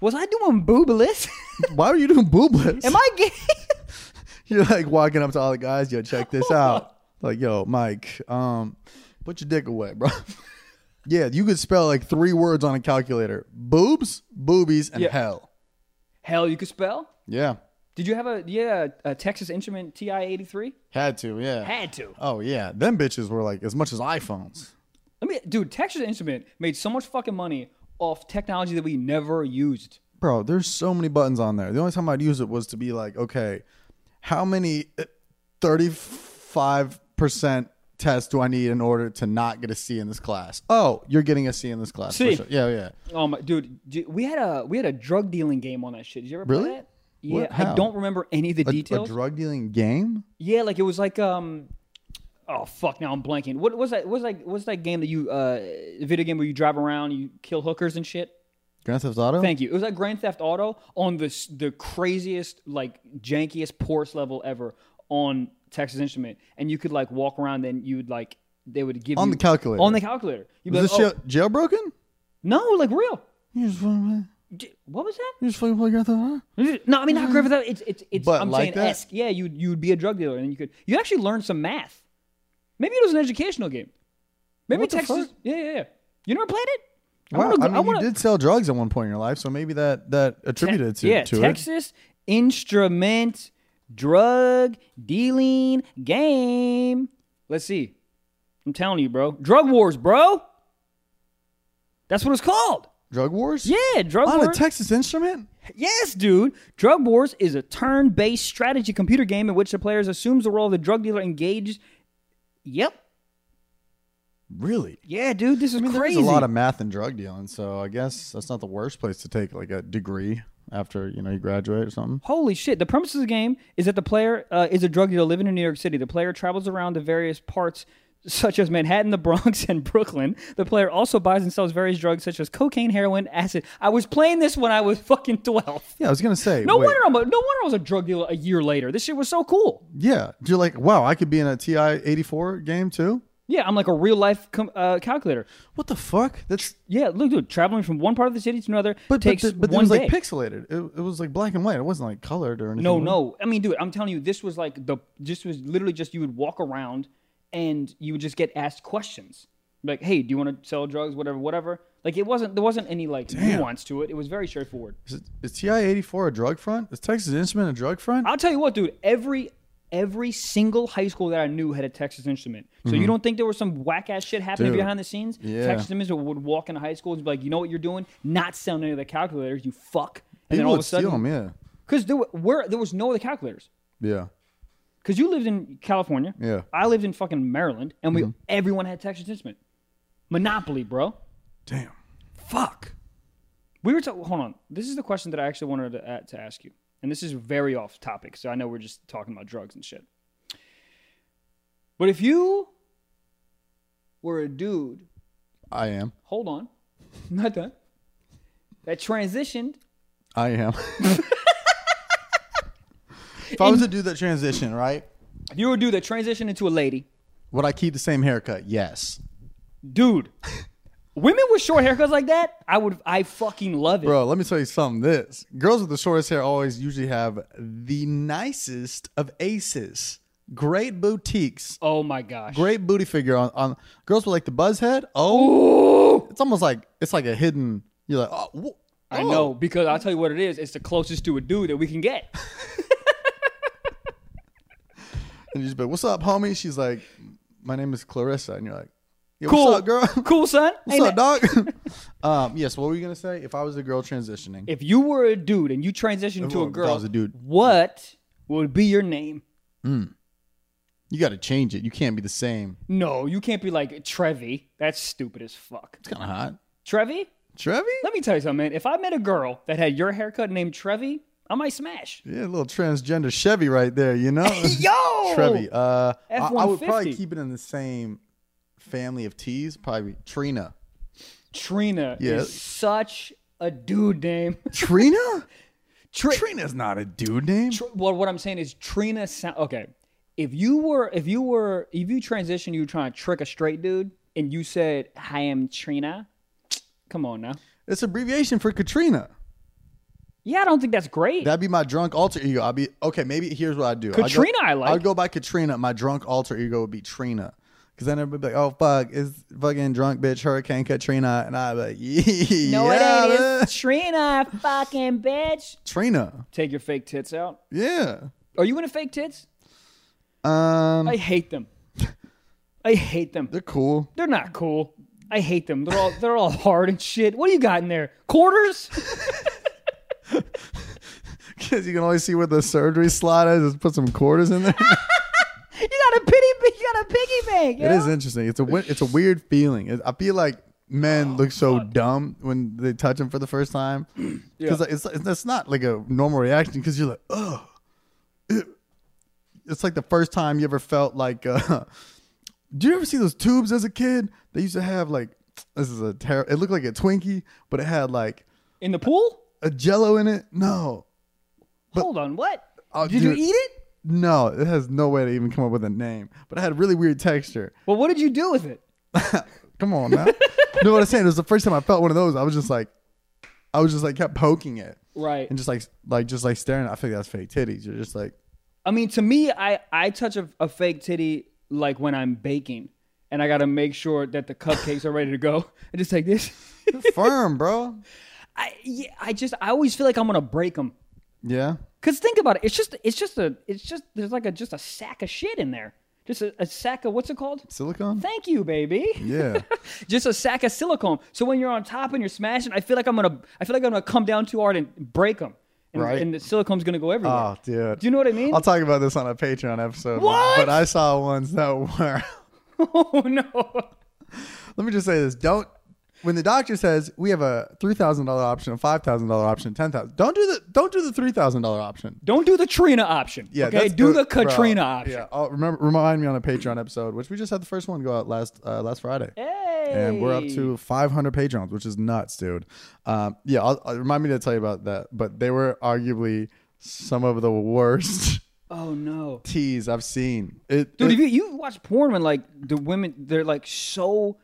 [SPEAKER 2] Was I doing boobless?
[SPEAKER 1] Why were you doing boobless?
[SPEAKER 2] Am I gay?
[SPEAKER 1] You're like walking up to all the guys. Yo, check this out. Like, yo, Mike, um, put your dick away, bro. yeah, you could spell like three words on a calculator: boobs, boobies, and
[SPEAKER 2] Yeah.
[SPEAKER 1] hell.
[SPEAKER 2] Hell, you could spell.
[SPEAKER 1] Yeah.
[SPEAKER 2] Did you have a yeah a Texas Instrument TI eighty three?
[SPEAKER 1] Had to, yeah.
[SPEAKER 2] Had to.
[SPEAKER 1] oh yeah, them bitches were like as much as iPhones.
[SPEAKER 2] Let me, dude. Texas Instrument made so much fucking money off technology that we never used.
[SPEAKER 1] Bro, there's so many buttons on there. The only time I'd use it was to be like, okay, how many uh, thirty-five percent tests do I need in order to not get a C in this class? Oh, you're getting a C in this class. for
[SPEAKER 2] C.
[SPEAKER 1] sure. Yeah, yeah.
[SPEAKER 2] Oh my dude, d- we had a we had a drug dealing game on that shit. Did you ever play
[SPEAKER 1] Really?
[SPEAKER 2] that? Yeah,
[SPEAKER 1] What-
[SPEAKER 2] I
[SPEAKER 1] how?
[SPEAKER 2] don't remember any of the
[SPEAKER 1] A, a
[SPEAKER 2] details.
[SPEAKER 1] drug dealing game?
[SPEAKER 2] yeah, like it was like um, oh fuck, now I'm blanking. What was that? Was like what's that game that you uh video game where you drive around, you kill hookers and shit?
[SPEAKER 1] Grand Theft Auto?
[SPEAKER 2] Thank you. It was like Grand Theft Auto on the s- the craziest, like jankiest, poorest level ever on Texas Instrument, and you could like walk around and you would like they would give
[SPEAKER 1] On
[SPEAKER 2] you-
[SPEAKER 1] the calculator.
[SPEAKER 2] on the calculator. You'd be
[SPEAKER 1] Was
[SPEAKER 2] like,
[SPEAKER 1] this
[SPEAKER 2] oh,
[SPEAKER 1] jail- jailbroken?
[SPEAKER 2] no, like real.
[SPEAKER 1] You just fucking play,
[SPEAKER 2] D- What was that?
[SPEAKER 1] you just fucking play Grand Theft Auto?
[SPEAKER 2] No, I mean not Griffith. It's it's it's.
[SPEAKER 1] But
[SPEAKER 2] I'm
[SPEAKER 1] like
[SPEAKER 2] saying
[SPEAKER 1] that?
[SPEAKER 2] esque. Yeah, you you would be a drug dealer, and you could you actually learn some math. Maybe it was an educational game. Maybe
[SPEAKER 1] What the
[SPEAKER 2] Texas.
[SPEAKER 1] fuck?
[SPEAKER 2] Yeah, yeah, yeah. You never played it? I
[SPEAKER 1] Wow,
[SPEAKER 2] wanna go-
[SPEAKER 1] I mean,
[SPEAKER 2] I wanna-
[SPEAKER 1] you did sell drugs at one point in your life, so maybe that that attributed to
[SPEAKER 2] yeah,
[SPEAKER 1] to it.
[SPEAKER 2] Texas instrument drug dealing game. Let's see. I'm telling you, bro. Drug wars, bro. That's what it's called.
[SPEAKER 1] Drug wars?
[SPEAKER 2] Yeah, drug
[SPEAKER 1] On a
[SPEAKER 2] wars.
[SPEAKER 1] Texas instrument?
[SPEAKER 2] Yes, dude. Drug Wars is a turn-based strategy computer game in which the players assumes the role of the drug dealer engaged. Yep.
[SPEAKER 1] Really?
[SPEAKER 2] Yeah, dude. This is crazy.
[SPEAKER 1] There's a lot of math and drug dealing, so I guess that's not the worst place to take like a degree after you know you graduate or something.
[SPEAKER 2] Holy shit! The premise of the game is that the player uh, is a drug dealer living in New York City. The player travels around to various parts, such as Manhattan, the Bronx, and Brooklyn. The player also buys and sells various drugs such as cocaine, heroin, acid. I was playing this when I was fucking twelve.
[SPEAKER 1] Yeah, I was gonna say.
[SPEAKER 2] No
[SPEAKER 1] wait,
[SPEAKER 2] wonder I'm a, no wonder I was a drug dealer a year later. This shit was so cool.
[SPEAKER 1] Yeah, you're like, wow, I could be in a TI 84 game too.
[SPEAKER 2] Yeah, I'm like a real life com- uh, calculator.
[SPEAKER 1] What the fuck? That's
[SPEAKER 2] Yeah, look, dude, traveling from one part of the city to another
[SPEAKER 1] but
[SPEAKER 2] takes
[SPEAKER 1] but, the- but it
[SPEAKER 2] one
[SPEAKER 1] was
[SPEAKER 2] day.
[SPEAKER 1] like pixelated. It, it was like black and white. It wasn't like colored or anything.
[SPEAKER 2] no, no, I mean, dude, I'm telling you, this was like the this was literally just you would walk around and you would just get asked questions like, "Hey, do you want to sell drugs? Whatever, whatever." Like it wasn't there wasn't any like nuance to it. It was very straightforward.
[SPEAKER 1] Is, it, is TI 84 a drug front? Is Texas Instrument a drug front?
[SPEAKER 2] I'll tell you what, dude, every Every single high school that I knew had a Texas Instrument. So you don't think there was some whack ass shit happening
[SPEAKER 1] Mm-hmm. Dude.
[SPEAKER 2] behind the scenes?
[SPEAKER 1] Yeah.
[SPEAKER 2] Texas Instrument would walk into high school and be like, "You know what you're doing? Not selling any of the calculators, you fuck." And then
[SPEAKER 1] People
[SPEAKER 2] all of
[SPEAKER 1] would
[SPEAKER 2] a
[SPEAKER 1] steal
[SPEAKER 2] sudden,
[SPEAKER 1] them. Yeah.
[SPEAKER 2] because there were where, there was no other calculators.
[SPEAKER 1] Yeah.
[SPEAKER 2] Because you lived in California,
[SPEAKER 1] Yeah.
[SPEAKER 2] I lived in fucking Maryland, and we everyone had Texas Instrument. Monopoly, bro.
[SPEAKER 1] Damn.
[SPEAKER 2] Fuck. We were talking. Hold on. This is the question that I actually wanted to, uh, to ask you, and this is very off topic. So I know we're just talking about drugs and shit. But if you were a dude,
[SPEAKER 1] I am.
[SPEAKER 2] hold on, not done. That transitioned.
[SPEAKER 1] I am. if I was to do that transition, right?
[SPEAKER 2] If you were a dude that transitioned into a lady,
[SPEAKER 1] Would I keep the same haircut? Yes.
[SPEAKER 2] dude. Women with short haircuts like that, I would, I fucking love it.
[SPEAKER 1] Bro, let me tell you something. This girls with the shortest hair always usually have the nicest of aces. Great boutiques.
[SPEAKER 2] Oh my gosh.
[SPEAKER 1] Great booty figure on, on girls with like the buzz head. Oh,
[SPEAKER 2] Ooh.
[SPEAKER 1] it's almost like it's like a hidden. You're like, oh, wh-
[SPEAKER 2] I
[SPEAKER 1] oh.
[SPEAKER 2] know because I'll tell you what it is. It's the closest to a dude that we can get.
[SPEAKER 1] And you just be, like, what's up, homie? She's like, my name is Clarissa, and you're like, "Yeah,
[SPEAKER 2] Cool,
[SPEAKER 1] what's up, girl? What's
[SPEAKER 2] Cool, son. Hey,
[SPEAKER 1] up,
[SPEAKER 2] man.
[SPEAKER 1] dog? um, yes. What were you gonna say? If I was a girl transitioning,
[SPEAKER 2] If you were a dude and you transitioned to
[SPEAKER 1] Well,
[SPEAKER 2] a
[SPEAKER 1] if I
[SPEAKER 2] girl,
[SPEAKER 1] was a dude.
[SPEAKER 2] what would be your name?
[SPEAKER 1] you got to change it. You can't be the same.
[SPEAKER 2] No, you can't be like Trevi. That's stupid as fuck.
[SPEAKER 1] It's kind of hot.
[SPEAKER 2] Trevi?
[SPEAKER 1] Trevi?
[SPEAKER 2] Let me tell you something, man. If I met a girl that had your haircut named Trevi, I might smash.
[SPEAKER 1] Yeah, a little transgender Chevy right there, you know?
[SPEAKER 2] Yo!
[SPEAKER 1] Trevi. Uh, I, I would probably
[SPEAKER 2] F-150.
[SPEAKER 1] keep it in the same family of T's. Probably Trina.
[SPEAKER 2] Trina
[SPEAKER 1] Yeah.
[SPEAKER 2] is such a dude name.
[SPEAKER 1] Trina?
[SPEAKER 2] Tri-
[SPEAKER 1] Trina's not a dude name.
[SPEAKER 2] Tr- well, what I'm saying is Trina sound okay. If you were, if you were, if you transitioned, you were trying to trick a straight dude, and you said, "I am Trina." Come on now.
[SPEAKER 1] it's abbreviation for Katrina.
[SPEAKER 2] Yeah, I don't think that's great.
[SPEAKER 1] That'd be my drunk alter ego. I'd be okay. Maybe here's what I'd do. I'd go-
[SPEAKER 2] Katrina I like.
[SPEAKER 1] I'd go by Katrina. My drunk alter ego would be Trina. Cause then everybody be like, "Oh fuck, it's fucking drunk bitch Hurricane Katrina," and I'd be like, "Yeah,
[SPEAKER 2] no, it ain't.
[SPEAKER 1] man."
[SPEAKER 2] It's Trina, fucking bitch.
[SPEAKER 1] Trina."
[SPEAKER 2] Take your fake tits out.
[SPEAKER 1] Yeah.
[SPEAKER 2] Are you into fake tits?
[SPEAKER 1] Um,
[SPEAKER 2] I hate them. I hate them.
[SPEAKER 1] they're cool.
[SPEAKER 2] They're not cool. I hate them. They're all they're all hard and shit. What do you got in there? Quarters?
[SPEAKER 1] Because you can always see where the surgery slot is. Just put some quarters in there.
[SPEAKER 2] you got a pity. You got a piggy bank.
[SPEAKER 1] it is interesting. It's a wi- it's a weird feeling. It- I feel like men look so dumb when they touch him for the first time because it's, it's that's not like a normal reaction because you're like oh, it's like the first time you ever felt like. Uh, do you ever see those tubes as a kid? They used to have like this is a terrible. It looked like a Twinkie, but it had like
[SPEAKER 2] in the pool.
[SPEAKER 1] a Jello in it. No,
[SPEAKER 2] Hold on, what?
[SPEAKER 1] Oh,
[SPEAKER 2] did
[SPEAKER 1] dude.
[SPEAKER 2] you eat it?
[SPEAKER 1] no, it has no way to even come up with a name. But it had a really weird texture.
[SPEAKER 2] Well, what did you do with it?
[SPEAKER 1] Come on now. no, what I'm saying? It was the first time I felt one of those. I was just like, I was just like kept poking it
[SPEAKER 2] Right.
[SPEAKER 1] and just like like just like staring. at it. I think that's fake titties. You're just like,
[SPEAKER 2] I mean, to me, I I touch a, a fake titty like when I'm baking, and I gotta make sure that the cupcakes are ready to go. I just take this.
[SPEAKER 1] you're firm, bro.
[SPEAKER 2] I yeah, I just I always feel like I'm gonna break them.
[SPEAKER 1] Yeah.
[SPEAKER 2] Cause think about it, it's just it's just a it's just there's like a just a sack of shit in there. Just a, a sack of what's it called?
[SPEAKER 1] Silicone?
[SPEAKER 2] Thank you, baby.
[SPEAKER 1] Yeah.
[SPEAKER 2] just a sack of silicone. So when you're on top and you're smashing, I feel like I'm gonna I feel like I'm gonna come down too hard and break them. And,
[SPEAKER 1] Right.
[SPEAKER 2] and the silicone's gonna go everywhere.
[SPEAKER 1] oh, dude.
[SPEAKER 2] Do you know what I mean?
[SPEAKER 1] I'll talk about this on a Patreon episode.
[SPEAKER 2] What?
[SPEAKER 1] But I saw ones that were.
[SPEAKER 2] oh no.
[SPEAKER 1] Let me just say this. Don't. When the doctor says we have a three thousand dollar option, a five thousand dollar option, ten thousand, don't do the don't do the three thousand dollar option.
[SPEAKER 2] Don't do the Trina option.
[SPEAKER 1] Yeah,
[SPEAKER 2] okay.
[SPEAKER 1] that's-
[SPEAKER 2] Do the
[SPEAKER 1] uh, bro,
[SPEAKER 2] Katrina option.
[SPEAKER 1] Yeah, I'll remember remind me on a Patreon episode, which we just had the first one go out last uh, last Friday,
[SPEAKER 2] Hey.
[SPEAKER 1] and we're up to 500 Patreons, which is nuts, dude. Um, yeah, I'll, i remind me to tell you about that. But they were arguably some of the worst
[SPEAKER 2] Oh no,
[SPEAKER 1] teas I've seen. It,
[SPEAKER 2] dude!
[SPEAKER 1] it-
[SPEAKER 2] If you you watch porn when like the women they're like so.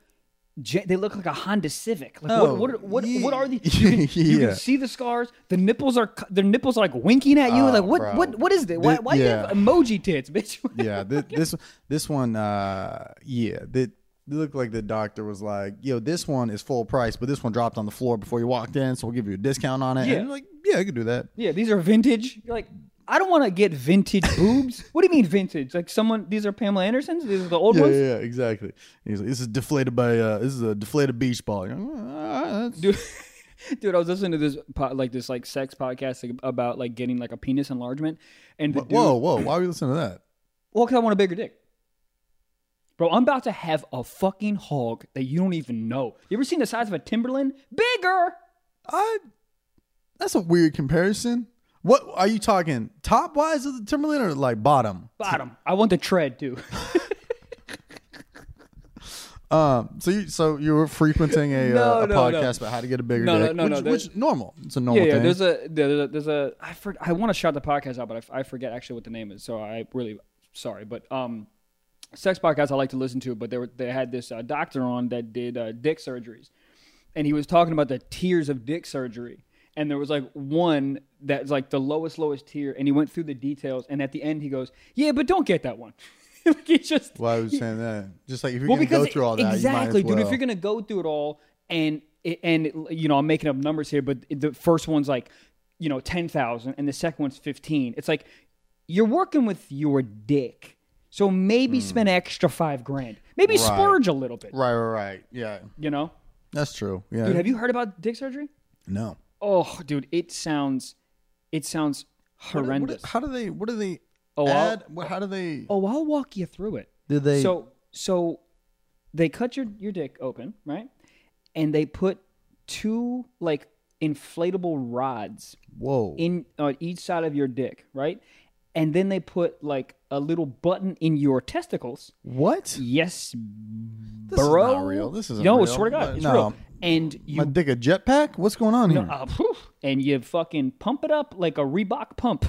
[SPEAKER 2] gen- They look like a Honda Civic. Like
[SPEAKER 1] Oh,
[SPEAKER 2] what? What? Are, what,
[SPEAKER 1] yeah.
[SPEAKER 2] what are the? You can, you
[SPEAKER 1] Yeah.
[SPEAKER 2] can see the scars. The nipples are. cu- Their nipples are like winking at you.
[SPEAKER 1] Oh,
[SPEAKER 2] like what?
[SPEAKER 1] bro.
[SPEAKER 2] What? What is this? Why? Why do you have
[SPEAKER 1] yeah.
[SPEAKER 2] emoji tits, bitch?
[SPEAKER 1] yeah, thi- this this one, uh, yeah, that looked like the doctor was like, yo, this one is full price, but this one dropped on the floor before you walked in, so we'll give you a discount on it.
[SPEAKER 2] Yeah.
[SPEAKER 1] and you're like, yeah, I could do that.
[SPEAKER 2] yeah, these are vintage. You're like, I don't want to get vintage boobs. what do you mean vintage? Like someone? These are Pamela Andersons. These are the old
[SPEAKER 1] Yeah,
[SPEAKER 2] ones.
[SPEAKER 1] yeah, yeah, exactly. He's like, this is deflated by uh, this is a deflated beach ball. You're like, "Ah, that's-
[SPEAKER 2] dude dude i was listening to this po- like this like sex podcast like, about like getting like a penis enlargement and the dude,
[SPEAKER 1] whoa, whoa! Why are you listening to that?
[SPEAKER 2] well 'cause i want a bigger dick bro i'm about to have a fucking hog that you don't even know you ever seen the size of a timberland bigger
[SPEAKER 1] I. That's a weird comparison. What are you talking? Top wise of the Timberland or like bottom?
[SPEAKER 2] bottom i want the tread too
[SPEAKER 1] Um. So you so you were frequenting a,
[SPEAKER 2] No,
[SPEAKER 1] uh, a
[SPEAKER 2] no, no.
[SPEAKER 1] podcast about how to get a bigger
[SPEAKER 2] No, no,
[SPEAKER 1] dick,
[SPEAKER 2] no,
[SPEAKER 1] which,
[SPEAKER 2] no,
[SPEAKER 1] which
[SPEAKER 2] there's-
[SPEAKER 1] normal. It's a
[SPEAKER 2] yeah
[SPEAKER 1] normal
[SPEAKER 2] yeah
[SPEAKER 1] thing.
[SPEAKER 2] there's a there's a, there's a i, for, I want to shout the podcast out but I f- I, forget actually what the name is so i really sorry but um sex podcasts i like to listen to but they were they had this uh, doctor on that did uh, dick surgeries and he was talking about the tiers of dick surgery. And there was like one that's like the lowest, lowest tier. And he went through the details. And at the end, he goes, Yeah, but don't get that one. like, he just.
[SPEAKER 1] Why was you saying that? Just like if you're
[SPEAKER 2] Well,
[SPEAKER 1] gonna
[SPEAKER 2] because
[SPEAKER 1] go through all that,
[SPEAKER 2] exactly,
[SPEAKER 1] you might as well.
[SPEAKER 2] dude. If you're gonna go through it all, and and you know, I'm making up numbers here, but the first one's like, you know, ten thousand, and the second one's fifteen. It's like you're working with your dick, so maybe spend an extra five grand, maybe splurge a little bit.
[SPEAKER 1] Hmm. right, right, right. Yeah,
[SPEAKER 2] You know,
[SPEAKER 1] that's true. Yeah.
[SPEAKER 2] dude. Have you heard about dick surgery?
[SPEAKER 1] no.
[SPEAKER 2] Oh, dude, it sounds, it sounds horrendous.
[SPEAKER 1] What, how do they? What do they?
[SPEAKER 2] Oh, I'll-
[SPEAKER 1] add? What, how do they?
[SPEAKER 2] oh, I'll walk you through it.
[SPEAKER 1] do they?
[SPEAKER 2] So, so they cut your your dick open, right? And they put two like inflatable rods
[SPEAKER 1] whoa.
[SPEAKER 2] in on each side of your dick, right? And then they put like a little button in your testicles.
[SPEAKER 1] what?
[SPEAKER 2] Yes,
[SPEAKER 1] This
[SPEAKER 2] bro.
[SPEAKER 1] is not real. This is
[SPEAKER 2] no,
[SPEAKER 1] real.
[SPEAKER 2] swear to God, it's
[SPEAKER 1] no.
[SPEAKER 2] real. And you
[SPEAKER 1] My dick a jetpack? What's going on here?
[SPEAKER 2] Uh, phew. and you fucking pump it up like a Reebok pump.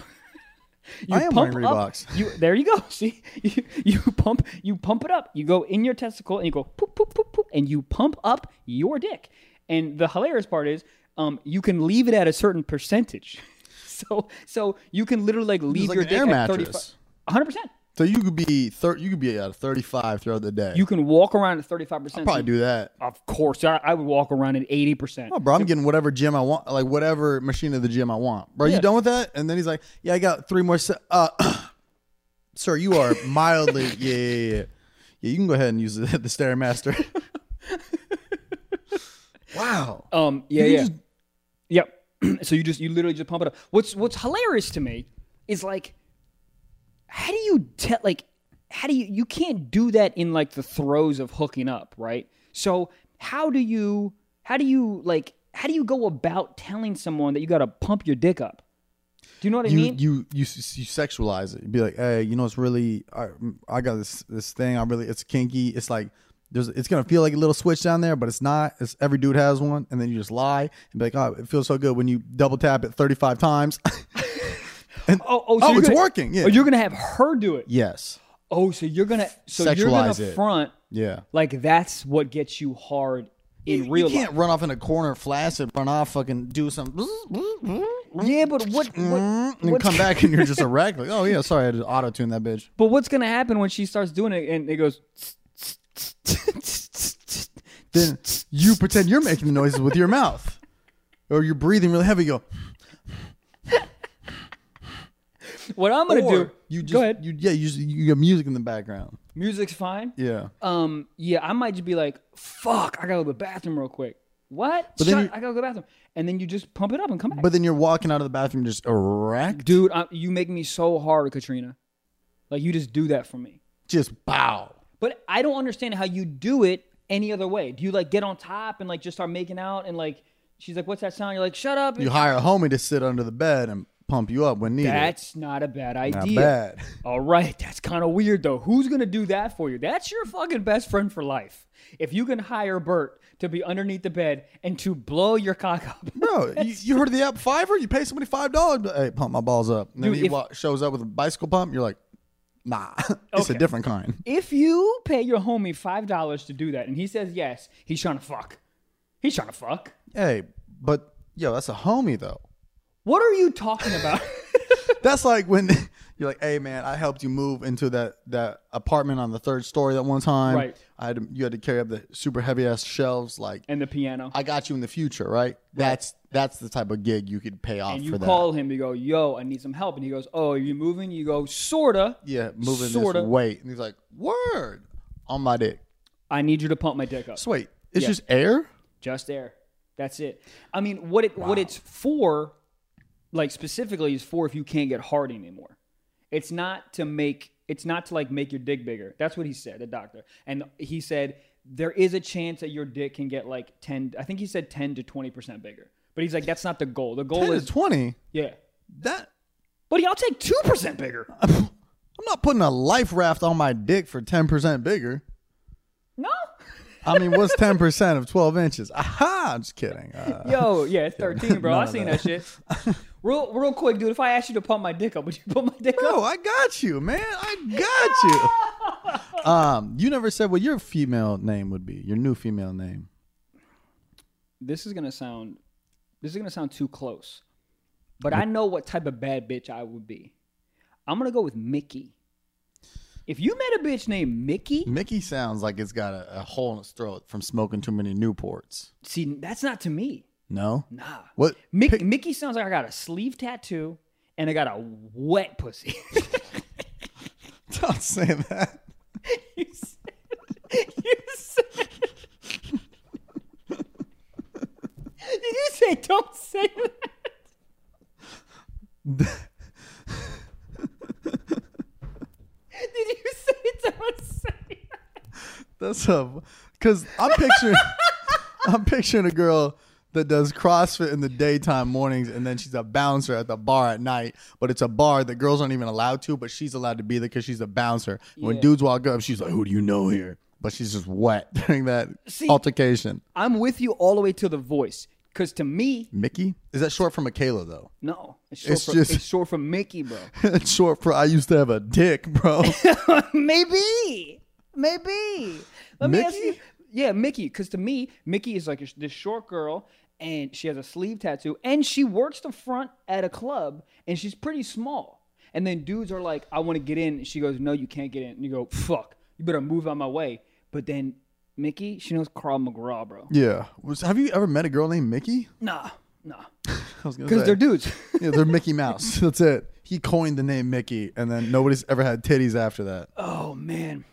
[SPEAKER 2] you
[SPEAKER 1] I am
[SPEAKER 2] pump
[SPEAKER 1] wearing
[SPEAKER 2] up-
[SPEAKER 1] Reeboks.
[SPEAKER 2] you there you go. See, you, you pump you pump it up. You go in your testicle and you go poop poop poop poop, and you pump up your dick. And the hilarious part is, um, you can leave it at a certain percentage. so so you can literally like leave
[SPEAKER 1] like
[SPEAKER 2] your
[SPEAKER 1] an
[SPEAKER 2] dick
[SPEAKER 1] air
[SPEAKER 2] at thirty
[SPEAKER 1] mattress.
[SPEAKER 2] five. Hundred percent.
[SPEAKER 1] so you could be thir- you could be at 35 throughout the day.
[SPEAKER 2] You can walk around at thirty five percent.
[SPEAKER 1] probably do that.
[SPEAKER 2] Of course, I, I would walk around at eighty percent.
[SPEAKER 1] Oh, bro, I'm getting whatever gym I want, like whatever machine of the gym I want. Bro,
[SPEAKER 2] Yeah.
[SPEAKER 1] you done with that? And then he's like, "Yeah, I got three more." Se- uh, sir, you are mildly. yeah, yeah, yeah. Yeah, you can go ahead and use the, the stairmaster. wow.
[SPEAKER 2] Um, yeah,
[SPEAKER 1] You
[SPEAKER 2] yeah,
[SPEAKER 1] just-
[SPEAKER 2] yep. so you just you literally just pump it up. What's what's hilarious to me is like, how do you tell like, how do you you can't do that in like the throes of hooking up, right? So how do you how do you like how do you go about telling someone that you got to pump your dick up? Do you know what I
[SPEAKER 1] you,
[SPEAKER 2] mean?
[SPEAKER 1] you you s- you sexualize it. You'd be like, hey, you know, it's really I, I got this this thing. I really it's kinky. It's like there's it's gonna feel like a little switch down there, but it's not. It's every dude has one, and then you just lie and be like, oh, it feels so good when you double tap it 35 times.
[SPEAKER 2] oh, oh, so
[SPEAKER 1] oh,
[SPEAKER 2] you're
[SPEAKER 1] it's
[SPEAKER 2] gonna-
[SPEAKER 1] working. Yeah.
[SPEAKER 2] Oh, you're gonna have her do it.
[SPEAKER 1] yes.
[SPEAKER 2] Oh, so you're gonna so you're gonna
[SPEAKER 1] Sexualize it.
[SPEAKER 2] front
[SPEAKER 1] Yeah.
[SPEAKER 2] like that's what gets you hard in
[SPEAKER 1] You
[SPEAKER 2] real life.
[SPEAKER 1] can't run off in a corner, flaccid, run off, fucking do something,
[SPEAKER 2] Yeah, but what? what
[SPEAKER 1] and
[SPEAKER 2] what's-
[SPEAKER 1] come back, and you're just a wreck. Like, oh yeah, sorry, I just auto tune that bitch.
[SPEAKER 2] But what's gonna happen when she starts doing it and it goes?
[SPEAKER 1] Then you pretend you're making the noises with your mouth, or you're breathing really heavy. You go.
[SPEAKER 2] What I'm gonna
[SPEAKER 1] Or
[SPEAKER 2] do?
[SPEAKER 1] You just,
[SPEAKER 2] go ahead.
[SPEAKER 1] You, yeah, you, just, you got music in the background.
[SPEAKER 2] Music's fine.
[SPEAKER 1] Yeah.
[SPEAKER 2] Um. Yeah, I might just be like, "Fuck, I gotta go to the bathroom real quick." What?
[SPEAKER 1] then
[SPEAKER 2] Shut-
[SPEAKER 1] you-
[SPEAKER 2] I gotta go to the bathroom, and then you just pump it up and come back.
[SPEAKER 1] But then you're walking out of the bathroom just erect.
[SPEAKER 2] dude, I, you make me so hard, Katrina. Like you just do that for me.
[SPEAKER 1] Just bow.
[SPEAKER 2] But I don't understand how you do it any other way. Do you like get on top and like just start making out and like she's like, "What's that sound?" You're like, "Shut up."
[SPEAKER 1] You hire a homie to sit under the bed and pump you up when needed.
[SPEAKER 2] That's not a bad
[SPEAKER 1] Not
[SPEAKER 2] idea.
[SPEAKER 1] bad.
[SPEAKER 2] All right, that's kind of weird though. Who's gonna do that for you? That's your fucking best friend for life. If you can hire Bert to be underneath the bed and to blow your cock up,
[SPEAKER 1] Bro, you, you heard of the app Fiverr? You pay somebody five dollars. Hey, pump my balls up. And then
[SPEAKER 2] Dude,
[SPEAKER 1] he
[SPEAKER 2] if-
[SPEAKER 1] wa- shows up with a bicycle pump. You're like, nah, it's
[SPEAKER 2] Okay.
[SPEAKER 1] a different kind.
[SPEAKER 2] if you pay your homie five dollars to do that and he says yes, he's trying to fuck. He's trying to fuck.
[SPEAKER 1] Hey, but yo, that's a homie though.
[SPEAKER 2] What are you talking about?
[SPEAKER 1] That's like when You're like, hey man, I helped you move into that that apartment on the third story that one time.
[SPEAKER 2] Right.
[SPEAKER 1] I had to, you had to carry up the super heavy ass shelves. Like,
[SPEAKER 2] and the piano.
[SPEAKER 1] I got you in the future, right? That's that's the type of gig you could pay off
[SPEAKER 2] and you
[SPEAKER 1] for that.
[SPEAKER 2] call him, you go, yo, I need some help. And he goes, oh, are you moving? You go, sorta.
[SPEAKER 1] yeah, moving
[SPEAKER 2] sorta.
[SPEAKER 1] this weight, and he's like, word on my dick.
[SPEAKER 2] I need you to pump my dick up.
[SPEAKER 1] So wait, it's
[SPEAKER 2] Yeah.
[SPEAKER 1] just air.
[SPEAKER 2] Just air. That's it. I mean, what it what it's for, like specifically, is for if you can't get hard anymore. It's not to make. It's not to like make your dick bigger. That's what he said, the doctor. And he said there is a chance that your dick can get like ten. I think he said ten to twenty percent bigger. But he's like, that's not the goal. The goal
[SPEAKER 1] Ten
[SPEAKER 2] is
[SPEAKER 1] to twenty.
[SPEAKER 2] yeah.
[SPEAKER 1] That
[SPEAKER 2] But I'll take two percent bigger.
[SPEAKER 1] I'm not putting a life raft on my dick for ten percent bigger.
[SPEAKER 2] No.
[SPEAKER 1] I mean, what's ten percent of twelve inches? Aha! I'm just kidding. Uh,
[SPEAKER 2] Yo, yeah, it's thirteen, bro. I seen that shit. Real, real quick, dude. If I asked you to pump my dick up, would you pump my dick up?
[SPEAKER 1] Bro, I got you, man. I got you. Um, you never said what your female name would be. Your new female name.
[SPEAKER 2] this is gonna sound this is gonna sound too close. But I know what type of bad bitch I would be. I'm gonna go with Mickey. If you met a bitch named Mickey,
[SPEAKER 1] Mickey sounds like it's got a, a hole in its throat from smoking too many Newports.
[SPEAKER 2] see that's not to me.
[SPEAKER 1] No.
[SPEAKER 2] Nah.
[SPEAKER 1] What?
[SPEAKER 2] Mick, Mickey sounds like I got a sleeve tattoo and I got a wet pussy.
[SPEAKER 1] Don't say that.
[SPEAKER 2] you said, you said, did you say don't say that? did you say don't say that?
[SPEAKER 1] That's a because I'm picturing I'm picturing a girl that does CrossFit in the daytime mornings and then she's a bouncer at the bar at night. But it's a bar that girls aren't even allowed to, but she's allowed to be there because she's a bouncer. When
[SPEAKER 2] Yeah.
[SPEAKER 1] dudes walk up, she's like, "Who do you know here?" But she's just wet during that
[SPEAKER 2] See-
[SPEAKER 1] altercation.
[SPEAKER 2] I'm with you all the way to the voice. Cause to me,
[SPEAKER 1] Mickey is that short for Michaela though?
[SPEAKER 2] no, it's short,
[SPEAKER 1] It's
[SPEAKER 2] for,
[SPEAKER 1] just-
[SPEAKER 2] it's short for Mickey, bro.
[SPEAKER 1] it's short for I used to have a dick, bro.
[SPEAKER 2] Maybe, maybe. Let me ask you.
[SPEAKER 1] Mickey?
[SPEAKER 2] Yeah, Mickey. Because to me, Mickey is like a, this short girl, and she has a sleeve tattoo, and she works the front at a club, and she's pretty small. And then dudes are like, "I want to get in," and she goes, "No, you can't get in." And you go, "Fuck, you better move out my way." But then Mickey, she knows Carl McGraw, bro.
[SPEAKER 1] yeah. Was, have you ever met a girl named Mickey?
[SPEAKER 2] Nah, nah,
[SPEAKER 1] I was gonna
[SPEAKER 2] because
[SPEAKER 1] say.
[SPEAKER 2] they're dudes.
[SPEAKER 1] Yeah, they're Mickey Mouse. That's it. He coined the name Mickey, and then nobody's ever had titties after that.
[SPEAKER 2] oh man,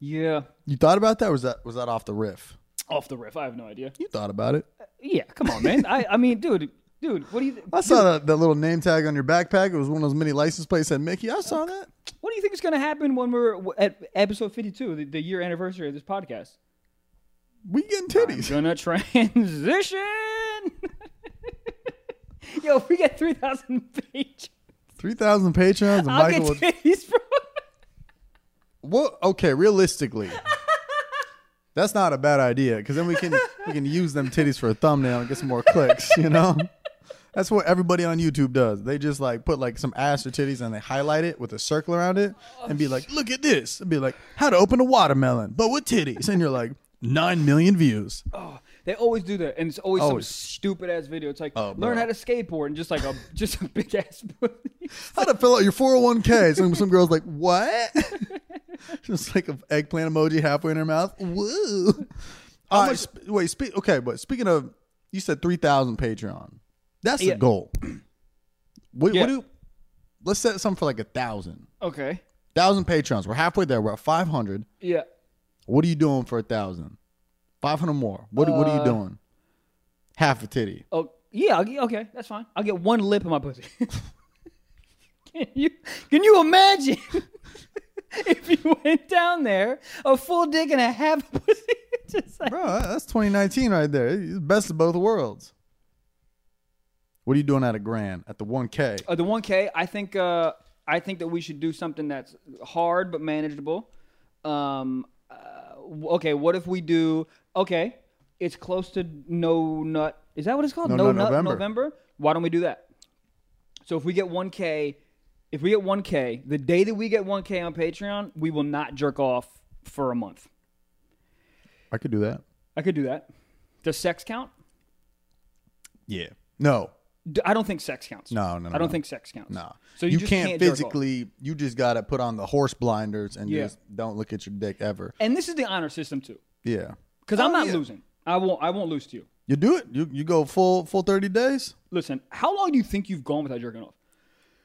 [SPEAKER 2] yeah.
[SPEAKER 1] You thought about that? Or was that was that off the riff?
[SPEAKER 2] Off the riff, I have no idea.
[SPEAKER 1] You thought about it.
[SPEAKER 2] Yeah, come on, man. I, I mean, dude, dude, what do you? think?
[SPEAKER 1] I saw that, that little name tag on your backpack. It was one of those mini license plates that said Mickey. I saw that.
[SPEAKER 2] What do you think is going to happen when we're w- at episode 52, the, the year anniversary of this podcast?
[SPEAKER 1] We getting
[SPEAKER 2] I'm
[SPEAKER 1] titties.
[SPEAKER 2] going to transition. Yo, if we get 3,000 pages,
[SPEAKER 1] Three thousand patrons. And
[SPEAKER 2] I'll
[SPEAKER 1] Michael.
[SPEAKER 2] get
[SPEAKER 1] Will...
[SPEAKER 2] titties, bro.
[SPEAKER 1] What? Okay, realistically, that's not a bad idea because then we can we can use them titties for a thumbnail and get some more clicks. You know. That's what everybody on YouTube does. They just like put like some ass or titties and they highlight it with a circle around it and be like, "Look at this." And be like, "How to open a watermelon, but with titties." And you're like, 9 million views."
[SPEAKER 2] Oh, they always do that. And it's always,
[SPEAKER 1] Always.
[SPEAKER 2] some stupid ass video. It's like,
[SPEAKER 1] Oh, bro.
[SPEAKER 2] learn how to skateboard and just like a just a big ass pussy.
[SPEAKER 1] how to fill out your 401k. Some, some girl's like, what? Just like an eggplant emoji halfway in her mouth. Woo. All right, sp- wait, spe- okay, but speaking of, you said 3,000 Patreon. That's
[SPEAKER 2] Yeah.
[SPEAKER 1] the goal. What,
[SPEAKER 2] Yeah.
[SPEAKER 1] what do, let's set something for like a thousand.
[SPEAKER 2] Okay.
[SPEAKER 1] Thousand Patrons. We're halfway there. We're at 500.
[SPEAKER 2] Yeah.
[SPEAKER 1] What are you doing for a thousand? 500 more. What, what are you doing? Half a titty.
[SPEAKER 2] Oh yeah, I'll get, okay, that's fine. I'll get one lip in my pussy. can you can you imagine if you went down there a full dick and a half a pussy? Just like
[SPEAKER 1] Bro, that- that's 2019 right there. It's Best of both worlds. What are you doing at a grand at the 1K?
[SPEAKER 2] uh, the one K. I think uh, I think that we should do something that's hard but manageable. Um, uh, w- okay, what if we do? Okay, it's close to no nut. Is that what it's called?
[SPEAKER 1] No Nut November.
[SPEAKER 2] November. Why don't we do that? So if we get one K, if we get one K, the day that we get one K on Patreon, we will not jerk off for a month.
[SPEAKER 1] I could do that.
[SPEAKER 2] I could do that. Does sex count?
[SPEAKER 1] Yeah. No.
[SPEAKER 2] D- I don't think sex counts.
[SPEAKER 1] No, no, no,
[SPEAKER 2] I don't
[SPEAKER 1] no.
[SPEAKER 2] think sex counts.
[SPEAKER 1] No.
[SPEAKER 2] So you,
[SPEAKER 1] you,
[SPEAKER 2] just
[SPEAKER 1] can't,
[SPEAKER 2] can't, jerk off.
[SPEAKER 1] physically. You just got to put on the horse blinders and
[SPEAKER 2] Yeah.
[SPEAKER 1] just don't look at your dick ever.
[SPEAKER 2] And this is the honor system too,
[SPEAKER 1] Yeah.
[SPEAKER 2] because
[SPEAKER 1] Oh,
[SPEAKER 2] I'm not
[SPEAKER 1] yeah.
[SPEAKER 2] losing. I won't. I won't lose to you.
[SPEAKER 1] You do it. You you go full full 30 days.
[SPEAKER 2] Listen, how long do you think you've gone without jerking off?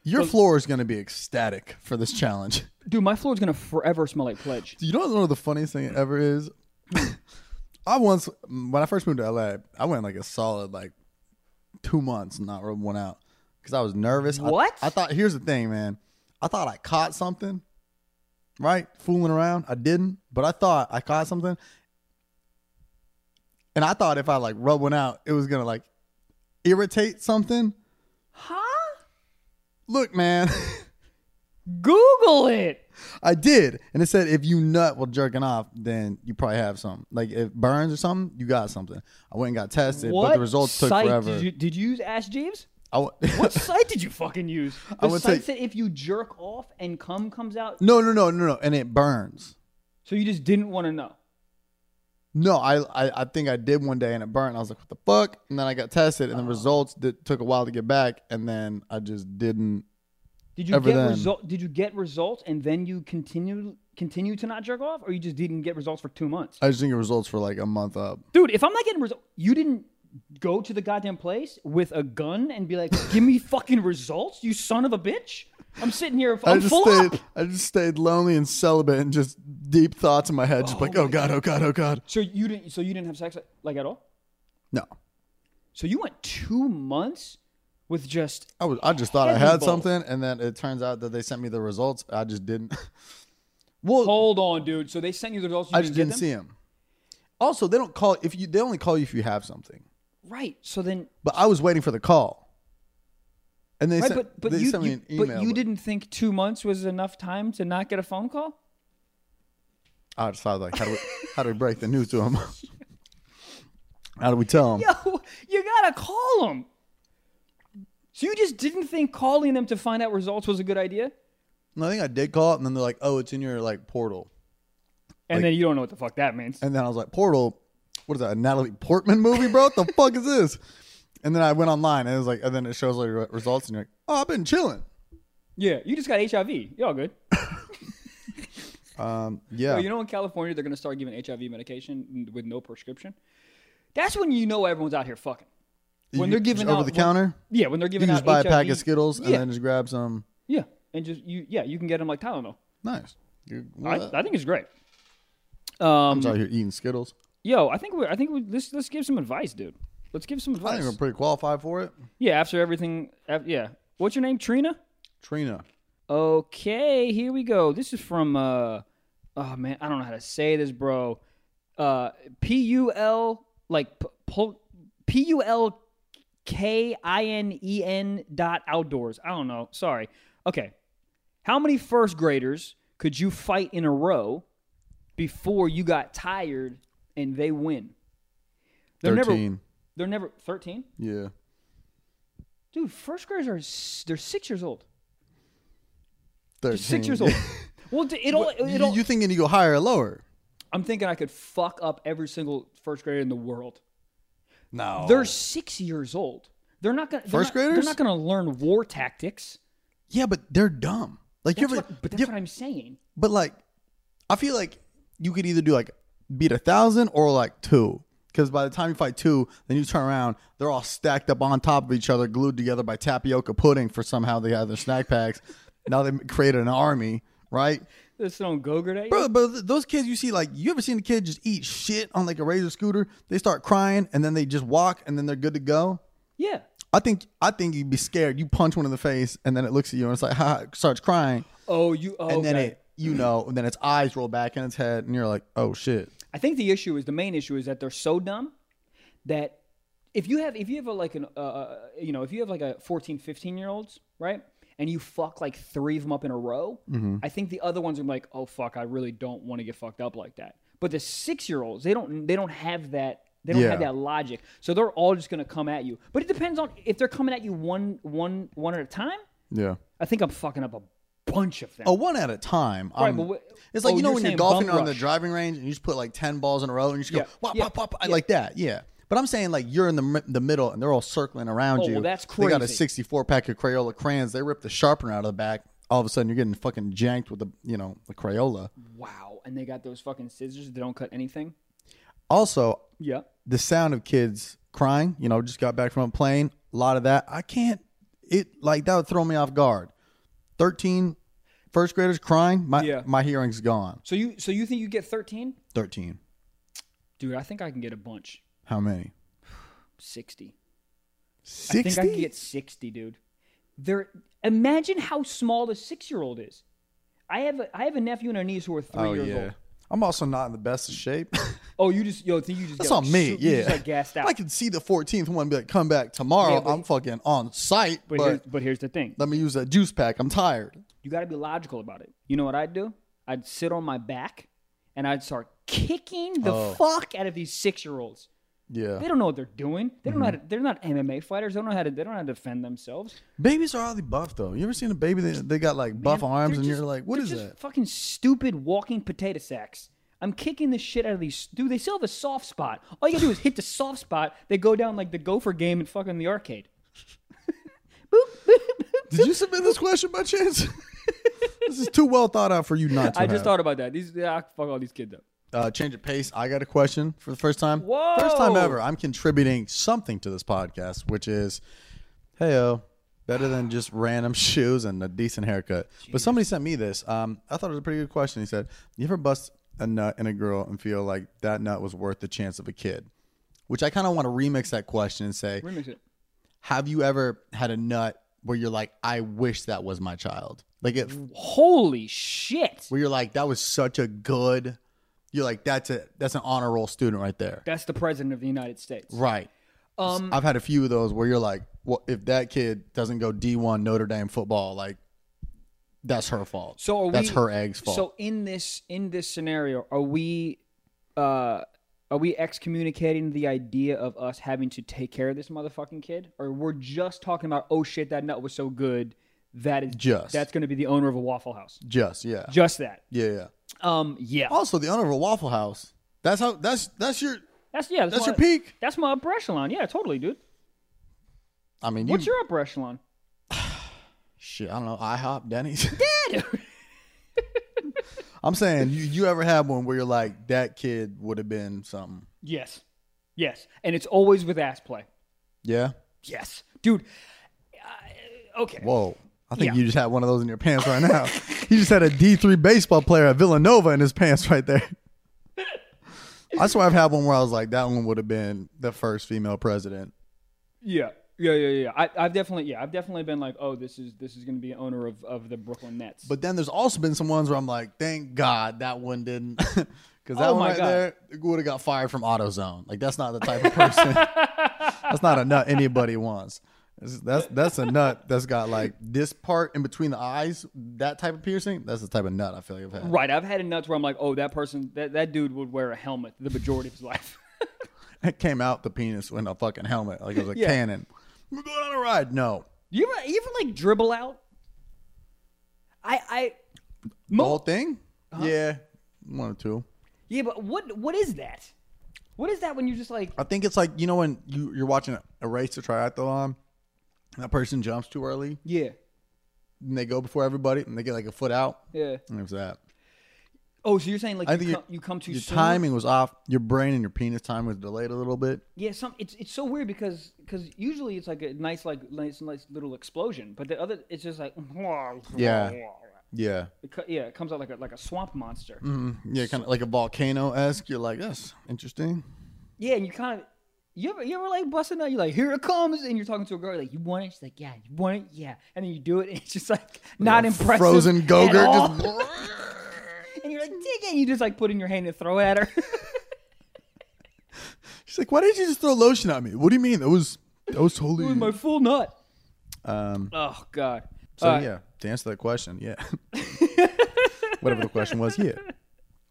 [SPEAKER 1] Your floor is going to be ecstatic for this challenge.
[SPEAKER 2] Dude, my floor is gonna forever smell like pledge.
[SPEAKER 1] You know what one of the funniest thing ever is? I once when I first moved to LA, I went like a solid like two months and not rubbing one out because I was nervous. I-
[SPEAKER 2] What?
[SPEAKER 1] I, thought here's the thing, man. I thought I caught something, right? Fooling around, I didn't, but I thought I caught something, and I thought if I like rubbed one out, it was gonna like irritate something.
[SPEAKER 2] Huh?
[SPEAKER 1] Look, man.
[SPEAKER 2] Google it.
[SPEAKER 1] I did, and it said if you nut while jerking off, then you probably have something. Like if burns or something, you got something. I went and got tested,
[SPEAKER 2] what
[SPEAKER 1] but the results took
[SPEAKER 2] site
[SPEAKER 1] forever.
[SPEAKER 2] Did you, did you use Ask Jeeves?
[SPEAKER 1] I w-
[SPEAKER 2] What site did you fucking use? The
[SPEAKER 1] I would
[SPEAKER 2] site
[SPEAKER 1] say-
[SPEAKER 2] said if you jerk off and cum comes out,
[SPEAKER 1] no, no, no, no, no, and it burns.
[SPEAKER 2] so you just didn't want to know.
[SPEAKER 1] No, I, I, I think I did one day and it burned. I was like, what the fuck? And then I got tested,
[SPEAKER 2] Oh.
[SPEAKER 1] and the results did, took a while to get back, and then I just didn't.
[SPEAKER 2] Did you
[SPEAKER 1] Ever
[SPEAKER 2] get
[SPEAKER 1] then.
[SPEAKER 2] result? Did you get results and then you continue continue to not jerk off, or you just didn't get results for two months?
[SPEAKER 1] I just didn't get results for like a month up.
[SPEAKER 2] Dude, if I'm not getting results, you didn't go to the goddamn place with a gun and be like, "Give me fucking results, you son of a bitch." I'm sitting here,
[SPEAKER 1] I
[SPEAKER 2] I'm
[SPEAKER 1] just
[SPEAKER 2] Oh, full
[SPEAKER 1] stayed,
[SPEAKER 2] up.
[SPEAKER 1] I just stayed lonely and celibate, and just deep thoughts in my head, just like, oh god, oh god, oh god.
[SPEAKER 2] So you didn't. So you didn't have sex like at all.
[SPEAKER 1] No,
[SPEAKER 2] So you went two months with just
[SPEAKER 1] I was I just thought I had
[SPEAKER 2] Terrible.
[SPEAKER 1] something, and then it turns out that they sent me the results. I just didn't. Well,
[SPEAKER 2] Hold on, dude. So they sent you the results. You
[SPEAKER 1] I just
[SPEAKER 2] get
[SPEAKER 1] didn't
[SPEAKER 2] them?
[SPEAKER 1] see him. Also, they don't call if you. They only call you if you have something.
[SPEAKER 2] Right. So then,
[SPEAKER 1] But I was waiting for the call, and they
[SPEAKER 2] right,
[SPEAKER 1] sent,
[SPEAKER 2] but but
[SPEAKER 1] they
[SPEAKER 2] you,
[SPEAKER 1] sent me
[SPEAKER 2] you
[SPEAKER 1] an email.
[SPEAKER 2] but you didn't think two months was enough time to not get a phone call?
[SPEAKER 1] I just thought like, how do we how do we break the news to him? how do we tell him?
[SPEAKER 2] Yo, you gotta call them. So you just didn't think calling them to find out results was a good idea,
[SPEAKER 1] And I think I did call, and then they're like, "Oh, it's in your like portal."
[SPEAKER 2] and then you don't know what the fuck that means.
[SPEAKER 1] And then I was like, Portal, what is that? A Natalie Portman movie, bro? What the fuck is this? And then I went online and it was like, and then it shows like re- results, and you're like, oh, I've been chilling.
[SPEAKER 2] Yeah, you just got HIV. You're all good.
[SPEAKER 1] Um, yeah.
[SPEAKER 2] Yo, you know, in California, they're gonna start giving HIV medication with no prescription. That's when you know everyone's out here fucking. When they're giving
[SPEAKER 1] over
[SPEAKER 2] out
[SPEAKER 1] the
[SPEAKER 2] when-
[SPEAKER 1] counter,
[SPEAKER 2] Yeah, when they're
[SPEAKER 1] you
[SPEAKER 2] giving
[SPEAKER 1] can
[SPEAKER 2] out
[SPEAKER 1] just buy
[SPEAKER 2] HIV,
[SPEAKER 1] a pack of Skittles
[SPEAKER 2] yeah,
[SPEAKER 1] and then just grab some.
[SPEAKER 2] yeah, and just you yeah you can get them like Tylenol.
[SPEAKER 1] Nice. You-
[SPEAKER 2] I,
[SPEAKER 1] what?
[SPEAKER 2] I think it's great.
[SPEAKER 1] I'm
[SPEAKER 2] Um,
[SPEAKER 1] sorry, you're eating Skittles.
[SPEAKER 2] yo, I think we, I think we, let's let's give some advice, dude. Let's give some
[SPEAKER 1] I
[SPEAKER 2] advice.
[SPEAKER 1] think I'm pretty qualified for it.
[SPEAKER 2] Yeah, after everything, af- yeah. What's your name, Trina?
[SPEAKER 1] Trina.
[SPEAKER 2] Okay, here we go. This is from uh, oh man, I don't know how to say this, bro. Uh, P U L like p- pul- P U L K I N E N dot outdoors. I don't know. Sorry. Okay, how many first graders could you fight in a row before you got tired and they win? They're
[SPEAKER 1] 13.
[SPEAKER 2] never. They're never thirteen.
[SPEAKER 1] yeah.
[SPEAKER 2] Dude, first graders are s- they're six years old.
[SPEAKER 1] 13.
[SPEAKER 2] They're six years old. Well, d- it all
[SPEAKER 1] You,
[SPEAKER 2] it all.
[SPEAKER 1] you thinking you go higher or lower?
[SPEAKER 2] I'm thinking I could fuck up every single first grader in the world.
[SPEAKER 1] No.
[SPEAKER 2] They're six years old. They're not gonna they're
[SPEAKER 1] Oh. First
[SPEAKER 2] not- They're
[SPEAKER 1] graders?
[SPEAKER 2] not gonna learn war tactics.
[SPEAKER 1] yeah, but they're dumb. Like you
[SPEAKER 2] That's
[SPEAKER 1] ever,
[SPEAKER 2] what, but that's
[SPEAKER 1] you-
[SPEAKER 2] what I'm saying.
[SPEAKER 1] But like, I feel like you could either do like beat a thousand or like two. Because by the time you fight two, then you turn around, they're all stacked up on top of each other, glued together by tapioca pudding for somehow they have their snack packs. now they created an army, right?
[SPEAKER 2] This don't gogurt at you.
[SPEAKER 1] Bro, but th- those kids you see, like, you ever seen a kid just eat shit on like a razor scooter? They start crying and then they just walk and then they're good to go.
[SPEAKER 2] Yeah.
[SPEAKER 1] I think I think you'd be scared. You punch one in the face and then it looks at you and it's like, ha, ha, starts crying
[SPEAKER 2] Oh, you. Oh,
[SPEAKER 1] and then
[SPEAKER 2] okay.
[SPEAKER 1] it you know and then its eyes roll back in its head and you're like oh shit
[SPEAKER 2] I think the issue is the main issue is that they're so dumb that if you have if you have a, like an uh, uh, you know if you have like a 14 15 year olds right and you fuck like three of them up in a row
[SPEAKER 1] Mm-hmm.
[SPEAKER 2] i think the other ones are like oh fuck i really don't want to get fucked up like that but the six year olds they don't they don't have that they don't have
[SPEAKER 1] Yeah.
[SPEAKER 2] that logic so they're all just gonna come at you but it depends on if they're coming at you one one one at a time
[SPEAKER 1] yeah
[SPEAKER 2] i think i'm fucking up a bunch of them
[SPEAKER 1] oh one at a time
[SPEAKER 2] Right,
[SPEAKER 1] I'm-
[SPEAKER 2] but what-
[SPEAKER 1] it's like
[SPEAKER 2] oh,
[SPEAKER 1] you know
[SPEAKER 2] you're
[SPEAKER 1] when you're
[SPEAKER 2] saying
[SPEAKER 1] golfing
[SPEAKER 2] bump
[SPEAKER 1] on the
[SPEAKER 2] rush.
[SPEAKER 1] driving range and you just put like 10 balls in a row and you just
[SPEAKER 2] Yeah,
[SPEAKER 1] go wop
[SPEAKER 2] yeah,
[SPEAKER 1] wop wop
[SPEAKER 2] yeah.
[SPEAKER 1] like that yeah but But I'm saying like you're in the mi- the middle and they're all circling around
[SPEAKER 2] Oh,
[SPEAKER 1] you.
[SPEAKER 2] well, that's
[SPEAKER 1] They got a
[SPEAKER 2] crazy.
[SPEAKER 1] 64 pack of Crayola crayons. They rip the sharpener out of the back. All of a sudden, you're getting fucking janked with the you know the Crayola.
[SPEAKER 2] Wow. And they got those fucking scissors that don't cut anything.
[SPEAKER 1] Also,
[SPEAKER 2] Yeah.
[SPEAKER 1] the sound of kids crying. You know, just got back from a plane. A lot of that. I can't. It like that would throw me off guard. 13 first graders crying. My
[SPEAKER 2] Yeah.
[SPEAKER 1] my hearing's gone.
[SPEAKER 2] So you so you think you get 13?
[SPEAKER 1] 13.
[SPEAKER 2] Dude, I think I can get a bunch.
[SPEAKER 1] How many?
[SPEAKER 2] 60. I
[SPEAKER 1] 60?
[SPEAKER 2] think I can get 60, dude. They're imagine how small the 6-year-old is. I have a I have a nephew and a niece who are 3
[SPEAKER 1] oh
[SPEAKER 2] years
[SPEAKER 1] yeah.
[SPEAKER 2] old.
[SPEAKER 1] I'm also not in the best of shape.
[SPEAKER 2] Oh, you just yo, I think you just
[SPEAKER 1] That's
[SPEAKER 2] get,
[SPEAKER 1] on
[SPEAKER 2] like,
[SPEAKER 1] me.
[SPEAKER 2] su-
[SPEAKER 1] yeah,
[SPEAKER 2] You just like gassed out.
[SPEAKER 1] I can see the 14th one, be like, come back tomorrow.
[SPEAKER 2] Yeah, but-
[SPEAKER 1] I'm fucking on site,
[SPEAKER 2] but
[SPEAKER 1] but,
[SPEAKER 2] here's, but here's the thing.
[SPEAKER 1] let me use a juice pack. I'm tired.
[SPEAKER 2] You got to be logical about it. You know what I'd do? I'd sit on my back and I'd start kicking the
[SPEAKER 1] Oh.
[SPEAKER 2] fuck out of these six year olds. They
[SPEAKER 1] Yeah,
[SPEAKER 2] don't know what they're doing. They don't know how
[SPEAKER 1] Mm-hmm.
[SPEAKER 2] to, they're not MMA fighters. They don't know how to they don't know how to defend themselves.
[SPEAKER 1] babies are oddly buff though. You ever seen a baby that they got like buff
[SPEAKER 2] Man,
[SPEAKER 1] arms,
[SPEAKER 2] they're
[SPEAKER 1] and
[SPEAKER 2] just-
[SPEAKER 1] you're like, what
[SPEAKER 2] they're
[SPEAKER 1] is
[SPEAKER 2] just
[SPEAKER 1] that?
[SPEAKER 2] Fucking stupid walking potato sacks. I'm kicking the shit out of these. Dude, they still have a soft spot. All you gotta do is hit the soft spot. They go down like the gopher game in fucking the arcade.
[SPEAKER 1] Did you submit this question by chance? this is too well thought out for you not to.
[SPEAKER 2] I just
[SPEAKER 1] have.
[SPEAKER 2] thought about that. These yeah, fuck all these kids up.
[SPEAKER 1] Uh, change of pace. I got a question for the first time.
[SPEAKER 2] Whoa.
[SPEAKER 1] First time ever. I'm contributing something to this podcast, which is, heyo, better than just random shoes and a decent haircut. But somebody sent me this. Um, I thought it was a pretty good question. He said, "You ever bust a nut in a girl and feel like that nut was worth the chance of a kid?" Which I kind of want to remix that question and say,
[SPEAKER 2] Remix it.
[SPEAKER 1] "Have you ever had a nut where you're like, I wish that was my child?" Like it
[SPEAKER 2] Holy shit.
[SPEAKER 1] where you're like, that was such a good. You're like, that's a that's an honor roll student right there.
[SPEAKER 2] That's the president of the United States.
[SPEAKER 1] Right. Um, I've had a few of those where you're like, well, if that kid doesn't go D1 Notre Dame football, like, that's her fault.
[SPEAKER 2] So are
[SPEAKER 1] that's
[SPEAKER 2] we-
[SPEAKER 1] her egg's fault.
[SPEAKER 2] So in this in this scenario, are we uh are we excommunicating the idea of us having to take care of this motherfucking kid? Or we're just talking about oh shit, that nut was so good that is
[SPEAKER 1] Just.
[SPEAKER 2] that's gonna be the owner of a waffle house.
[SPEAKER 1] Just yeah,
[SPEAKER 2] Just that.
[SPEAKER 1] yeah, yeah.
[SPEAKER 2] Um yeah.
[SPEAKER 1] Also, the owner of a Waffle House. That's how. That's that's your.
[SPEAKER 2] That's yeah,
[SPEAKER 1] That's
[SPEAKER 2] my,
[SPEAKER 1] your peak.
[SPEAKER 2] That's my upper echelon. Yeah, totally, dude.
[SPEAKER 1] I mean, you,
[SPEAKER 2] What's your upper echelon?
[SPEAKER 1] shit? I don't know. IHOP, Denny's. I'm saying you. You ever had one where you're like, that kid would have been something?
[SPEAKER 2] Yes. Yes. And it's always with ass play.
[SPEAKER 1] Yeah.
[SPEAKER 2] Yes. Dude. Uh, okay.
[SPEAKER 1] Whoa. I think
[SPEAKER 2] Yeah.
[SPEAKER 1] you just had one of those in your pants right now. you just had a D3 baseball player at Villanova in his pants right there. I swear I've had one where I was like, that one would have been the first female president.
[SPEAKER 2] Yeah. Yeah, yeah, yeah. I, I've definitely, yeah, I've definitely been like, oh, this is this is going to be owner of, of the Brooklyn Nets.
[SPEAKER 1] But then there's also been some ones where I'm like, thank God that one didn't. Because that
[SPEAKER 2] Oh
[SPEAKER 1] one
[SPEAKER 2] my
[SPEAKER 1] right
[SPEAKER 2] God.
[SPEAKER 1] there would have got fired from AutoZone. Like, that's not the type of person. that's not a nut anybody wants. That's, that's that's a nut that's got like this part in between the eyes, that type of piercing. That's the type of nut I feel like I've had.
[SPEAKER 2] right, I've had enough where I'm like, oh, that person, that, that dude would wear a helmet the majority of his life.
[SPEAKER 1] it came out the penis in a fucking helmet, like it was a
[SPEAKER 2] Yeah.
[SPEAKER 1] cannon. We're going on a ride. No,
[SPEAKER 2] you ever, you ever like dribble out? I, I,
[SPEAKER 1] the whole thing.
[SPEAKER 2] Uh-huh.
[SPEAKER 1] Yeah, one or two.
[SPEAKER 2] yeah, but what, what is that? What is that when you just like,
[SPEAKER 1] I think it's like you know when you you're watching a race to triathlon, and that person jumps too early
[SPEAKER 2] yeah,
[SPEAKER 1] and they go before everybody and they get like a foot out.
[SPEAKER 2] yeah.
[SPEAKER 1] And it was that.
[SPEAKER 2] Oh, so you're saying like
[SPEAKER 1] I
[SPEAKER 2] you,
[SPEAKER 1] think
[SPEAKER 2] come, you come too
[SPEAKER 1] your
[SPEAKER 2] soon?
[SPEAKER 1] timing was off. Your brain and your penis time was delayed a little bit.
[SPEAKER 2] Yeah, some it's it's so weird because because usually it's like a nice like nice nice little explosion, but the other it's just like
[SPEAKER 1] Yeah. Yeah,
[SPEAKER 2] It co- yeah, it comes out like a like a swamp monster.
[SPEAKER 1] Mm-hmm. yeah, kind of like a volcano esque. You're like, that's interesting.
[SPEAKER 2] Yeah, and you kind of you ever you ever like busting out? You're like, here it comes, and you're talking to a girl like, you want it? She's like, yeah, you want it? Yeah, and then you do it, and it's just like not impressive.
[SPEAKER 1] Frozen
[SPEAKER 2] at
[SPEAKER 1] go-gurt
[SPEAKER 2] all.
[SPEAKER 1] just
[SPEAKER 2] and you're like, dig it, and you just like put in your hand and throw at her.
[SPEAKER 1] She's like, why did you just throw lotion at me? What do you mean? That was that was totally.
[SPEAKER 2] it was my full nut.
[SPEAKER 1] um,
[SPEAKER 2] Oh God.
[SPEAKER 1] So
[SPEAKER 2] All right.
[SPEAKER 1] yeah, to answer that question, yeah, whatever the question was, yeah.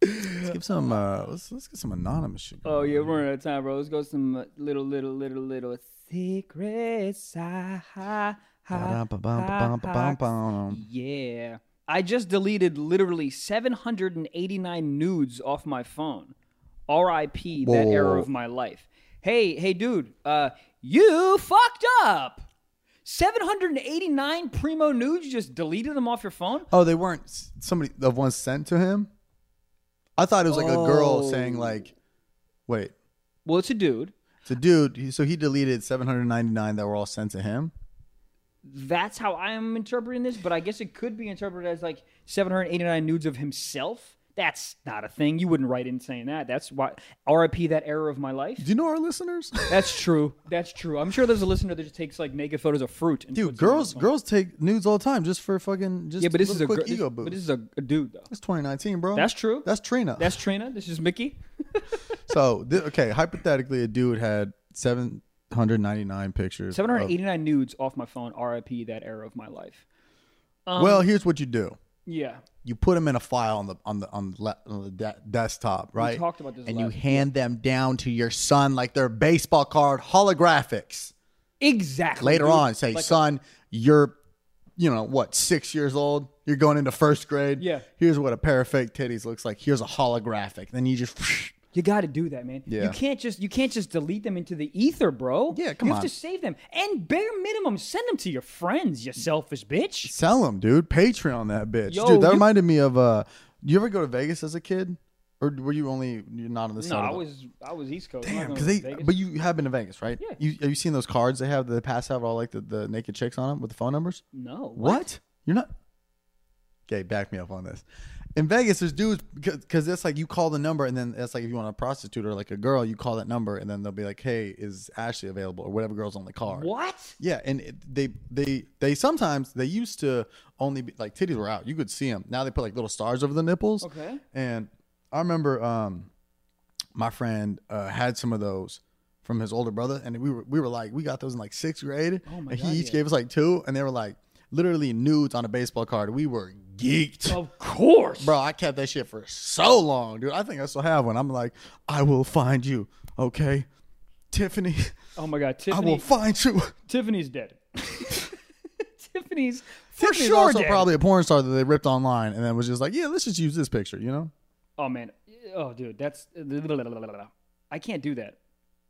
[SPEAKER 1] Let's give some. Uh, let's let's get some anonymous shit. going.
[SPEAKER 2] Oh yeah, we're running out of time, bro. Let's go some uh, little, little, little, little secrets. Ah, ha, ha, ha, ha.
[SPEAKER 1] Ba-dum-ba-bum-ba-bum-ba-dum.
[SPEAKER 2] Yeah, I just deleted literally 789 nudes off my phone. R.I.P.
[SPEAKER 1] Whoa,
[SPEAKER 2] That
[SPEAKER 1] whoa,
[SPEAKER 2] era
[SPEAKER 1] whoa.
[SPEAKER 2] of my life. hey, hey, dude, uh, you fucked up. 789 primo nudes, you just deleted them off your phone?
[SPEAKER 1] Oh, they weren't s- somebody of one sent to him. I thought it was like a girl
[SPEAKER 2] Oh.
[SPEAKER 1] saying like, "Wait,
[SPEAKER 2] Well, it's a dude.
[SPEAKER 1] it's a dude." he- So he deleted 799 that were all sent to him.
[SPEAKER 2] That's how I'm interpreting this, but I guess it could be interpreted as like 789 nudes of himself. That's not a thing. You wouldn't write in saying that. That's why RIP that era of my life.
[SPEAKER 1] Do you know our listeners?
[SPEAKER 2] That's true. That's true. I'm sure there's a listener that just takes like naked photos of fruit. And
[SPEAKER 1] Dude,
[SPEAKER 2] puts them on
[SPEAKER 1] girls
[SPEAKER 2] his phone.
[SPEAKER 1] girls take nudes all the time just for fucking just
[SPEAKER 2] Yeah, but this is a
[SPEAKER 1] quick
[SPEAKER 2] gir- this-
[SPEAKER 1] ego
[SPEAKER 2] But
[SPEAKER 1] boost.
[SPEAKER 2] this is a, a dude though.
[SPEAKER 1] It's 2019, bro.
[SPEAKER 2] That's true.
[SPEAKER 1] That's Trina.
[SPEAKER 2] That's Trina. This is Mickey.
[SPEAKER 1] so th- okay, hypothetically, a dude had 799 pictures. of-
[SPEAKER 2] 789 nudes off my phone. RIP that era of my life. um,
[SPEAKER 1] well, here's what you do.
[SPEAKER 2] Yeah.
[SPEAKER 1] you put them in a file on the on the on the, le- on the de- desktop, right?
[SPEAKER 2] talked about this
[SPEAKER 1] and you
[SPEAKER 2] last
[SPEAKER 1] hand them down to your son like they're baseball card holographics.
[SPEAKER 2] Exactly.
[SPEAKER 1] Later
[SPEAKER 2] dude.
[SPEAKER 1] on, say,
[SPEAKER 2] Like a-
[SPEAKER 1] son, you're, you know what, six years old. You're going into first grade.
[SPEAKER 2] Yeah.
[SPEAKER 1] Here's what a pair of fake titties looks like. Here's a holographic. Then you just
[SPEAKER 2] You got to do that, man. You
[SPEAKER 1] Yeah.
[SPEAKER 2] can't just you can't just delete them into the ether, bro.
[SPEAKER 1] Yeah, come
[SPEAKER 2] You have
[SPEAKER 1] on.
[SPEAKER 2] to save them and bare minimum send them to your friends. You selfish bitch.
[SPEAKER 1] sell them, dude. Patreon that bitch,
[SPEAKER 2] Yo,
[SPEAKER 1] dude. That
[SPEAKER 2] you-
[SPEAKER 1] reminded me of uh, you ever go to Vegas as a kid, or were you only you're not on the
[SPEAKER 2] No,
[SPEAKER 1] side?
[SPEAKER 2] I
[SPEAKER 1] of the-
[SPEAKER 2] was I was East Coast. I'm not
[SPEAKER 1] Damn,
[SPEAKER 2] going
[SPEAKER 1] because
[SPEAKER 2] to
[SPEAKER 1] they.
[SPEAKER 2] Vegas.
[SPEAKER 1] But you have been to Vegas, right?
[SPEAKER 2] Yeah.
[SPEAKER 1] You have you seen those cards they have? that They pass out all like the, the naked chicks on them with the phone numbers.
[SPEAKER 2] no.
[SPEAKER 1] What? You're not. Okay, back me up on this. In Vegas, there's dudes because that's like you call the number and then that's like if you want a prostitute or like a girl, you call that number and then they'll be like, "Hey, is Ashley available?" or whatever girl's on the card.
[SPEAKER 2] What?
[SPEAKER 1] Yeah, and it, they they they sometimes they used to only be like titties were out. You could see them. Now they put like little stars over the nipples.
[SPEAKER 2] Okay.
[SPEAKER 1] And I remember um my friend uh, had some of those from his older brother, and we were we were like we got those in like sixth grade,
[SPEAKER 2] Oh
[SPEAKER 1] and
[SPEAKER 2] my
[SPEAKER 1] he
[SPEAKER 2] God,
[SPEAKER 1] each
[SPEAKER 2] yeah.
[SPEAKER 1] gave us like two, and they were like literally nudes on a baseball card. We were geeked.
[SPEAKER 2] Of course.
[SPEAKER 1] Bro, I kept that shit for so long, dude. I think I still have one. I'm like, I will find you, okay, Tiffany.
[SPEAKER 2] Oh my god,
[SPEAKER 1] I
[SPEAKER 2] Tiffany.
[SPEAKER 1] will find you.
[SPEAKER 2] Tiffany's dead. Tiffany's for
[SPEAKER 1] Tiffany's
[SPEAKER 2] sure
[SPEAKER 1] also
[SPEAKER 2] dead.
[SPEAKER 1] probably a porn star that they ripped online and then was just like, yeah, let's just use this picture, you know?
[SPEAKER 2] Oh man. Oh dude, that's I can't do that.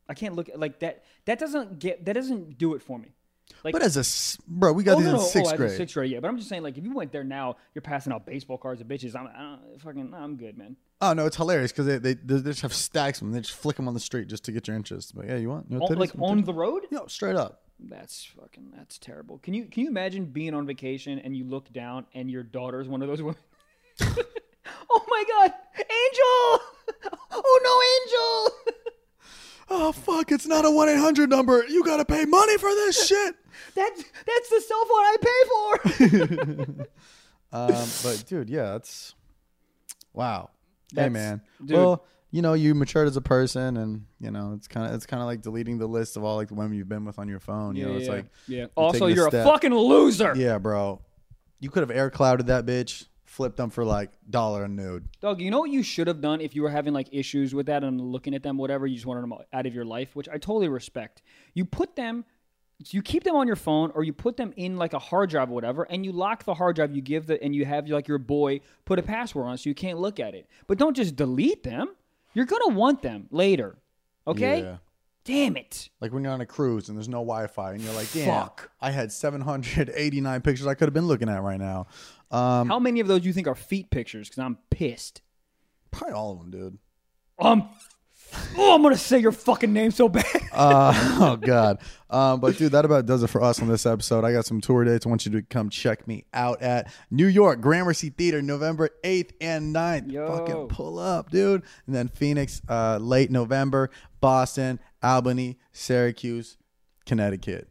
[SPEAKER 2] I can't look like that. That doesn't get that doesn't do it for me. Oh, Like
[SPEAKER 1] But as a s- bro, we got these in Oh, sixth
[SPEAKER 2] I did
[SPEAKER 1] grade.
[SPEAKER 2] sixth grade, yeah. But I'm just saying, like, if you went there now, you're passing out baseball cards to bitches. I'm, I don't, fucking, no, I'm good, man.
[SPEAKER 1] Oh no, it's hilarious because they, they they just have stacks of them. They just flick them on the street just to get your interest. But yeah, you want you want
[SPEAKER 2] On,
[SPEAKER 1] titties?
[SPEAKER 2] like
[SPEAKER 1] You want
[SPEAKER 2] on
[SPEAKER 1] titties?
[SPEAKER 2] the road,
[SPEAKER 1] Yo, straight up.
[SPEAKER 2] that's fucking, that's terrible. Can you can you imagine being on vacation and you look down and your daughter's one of those women? oh my god, Angel! Oh no, Angel!
[SPEAKER 1] Oh fuck! It's not a one eight hundred number. You gotta pay money for this shit.
[SPEAKER 2] That's that's the cell phone I pay for.
[SPEAKER 1] um, but dude, yeah, it's wow. hey
[SPEAKER 2] That's-
[SPEAKER 1] man.
[SPEAKER 2] dude.
[SPEAKER 1] Well, you know, you matured as a person, and you know, it's kind of it's kind of like deleting the list of all like the women you've been with on your phone. You know, it's like
[SPEAKER 2] yeah. Also,
[SPEAKER 1] taking a
[SPEAKER 2] you're a
[SPEAKER 1] step.
[SPEAKER 2] fucking loser,
[SPEAKER 1] yeah, bro. You could have air clouded that bitch, flipped them for like dollar a nude.
[SPEAKER 2] dog. You know what you should have done if you were having like issues with that and looking at them, whatever. You just wanted them out of your life, which I totally respect. You put them. You keep them on your phone, or you put them in like a hard drive or whatever, and you lock the hard drive. You give the and you have like your boy put a password on, it so you can't look at it. But don't just delete them. You're gonna want them later. Okay.
[SPEAKER 1] Yeah.
[SPEAKER 2] Damn it.
[SPEAKER 1] Like when you're on a cruise and there's no Wi-Fi, and you're like, "Damn,
[SPEAKER 2] Fuck.
[SPEAKER 1] I had 789 pictures I could have been looking at right now." Um,
[SPEAKER 2] How many of those do you think are feet pictures? Because I'm pissed.
[SPEAKER 1] probably all of them, dude.
[SPEAKER 2] Um. Oh, I'm gonna say your fucking name so bad.
[SPEAKER 1] Uh, oh god. Um, but dude, that about does it for us on this episode. I got some tour dates. I want you to come check me out at New York Gramercy Theater, November 8th and 9th.
[SPEAKER 2] Yo.
[SPEAKER 1] Fucking pull up, dude. And then Phoenix, uh, late November. Boston, Albany, Syracuse, Connecticut.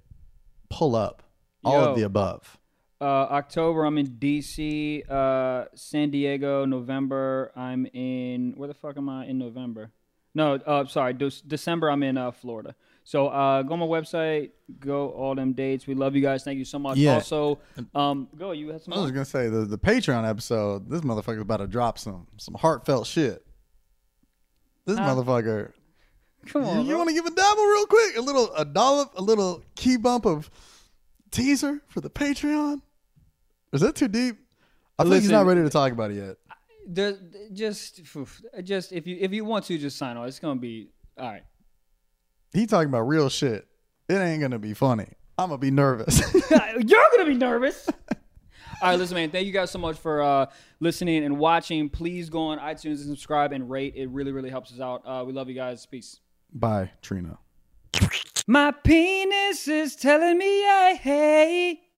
[SPEAKER 1] Pull up. All
[SPEAKER 2] Yo.
[SPEAKER 1] of the above.
[SPEAKER 2] Uh, October, I'm in DC. Uh, San Diego, November, I'm in. Where the fuck am I in November? No, uh, sorry, De- December, I'm in uh, Florida. So uh, go on my website, go all them dates. We love you guys. Thank you so much.
[SPEAKER 1] Yeah. Oh,
[SPEAKER 2] Also, um, go. You had some.
[SPEAKER 1] I was gonna say the the Patreon episode. This motherfucker's about to drop some some heartfelt shit. This motherfucker.
[SPEAKER 2] Come
[SPEAKER 1] You,
[SPEAKER 2] on. bro.
[SPEAKER 1] want to give a dabble real quick? A little a dollop, a little key bump of teaser for the Patreon. Is that too deep? I think he's
[SPEAKER 2] Listen.
[SPEAKER 1] not ready to talk about it yet.
[SPEAKER 2] There, just, oof, just if you if you want to, just sign on. It's gonna be all right.
[SPEAKER 1] He talking about real shit. It ain't gonna be funny. I'm gonna be nervous.
[SPEAKER 2] You're gonna be nervous. All right, listen, man. Thank you guys so much for uh, listening and watching. Please go on iTunes and subscribe and rate. It really, really helps us out. Uh, we love you guys. Peace.
[SPEAKER 1] Bye, Trina.
[SPEAKER 2] My penis is telling me I hate.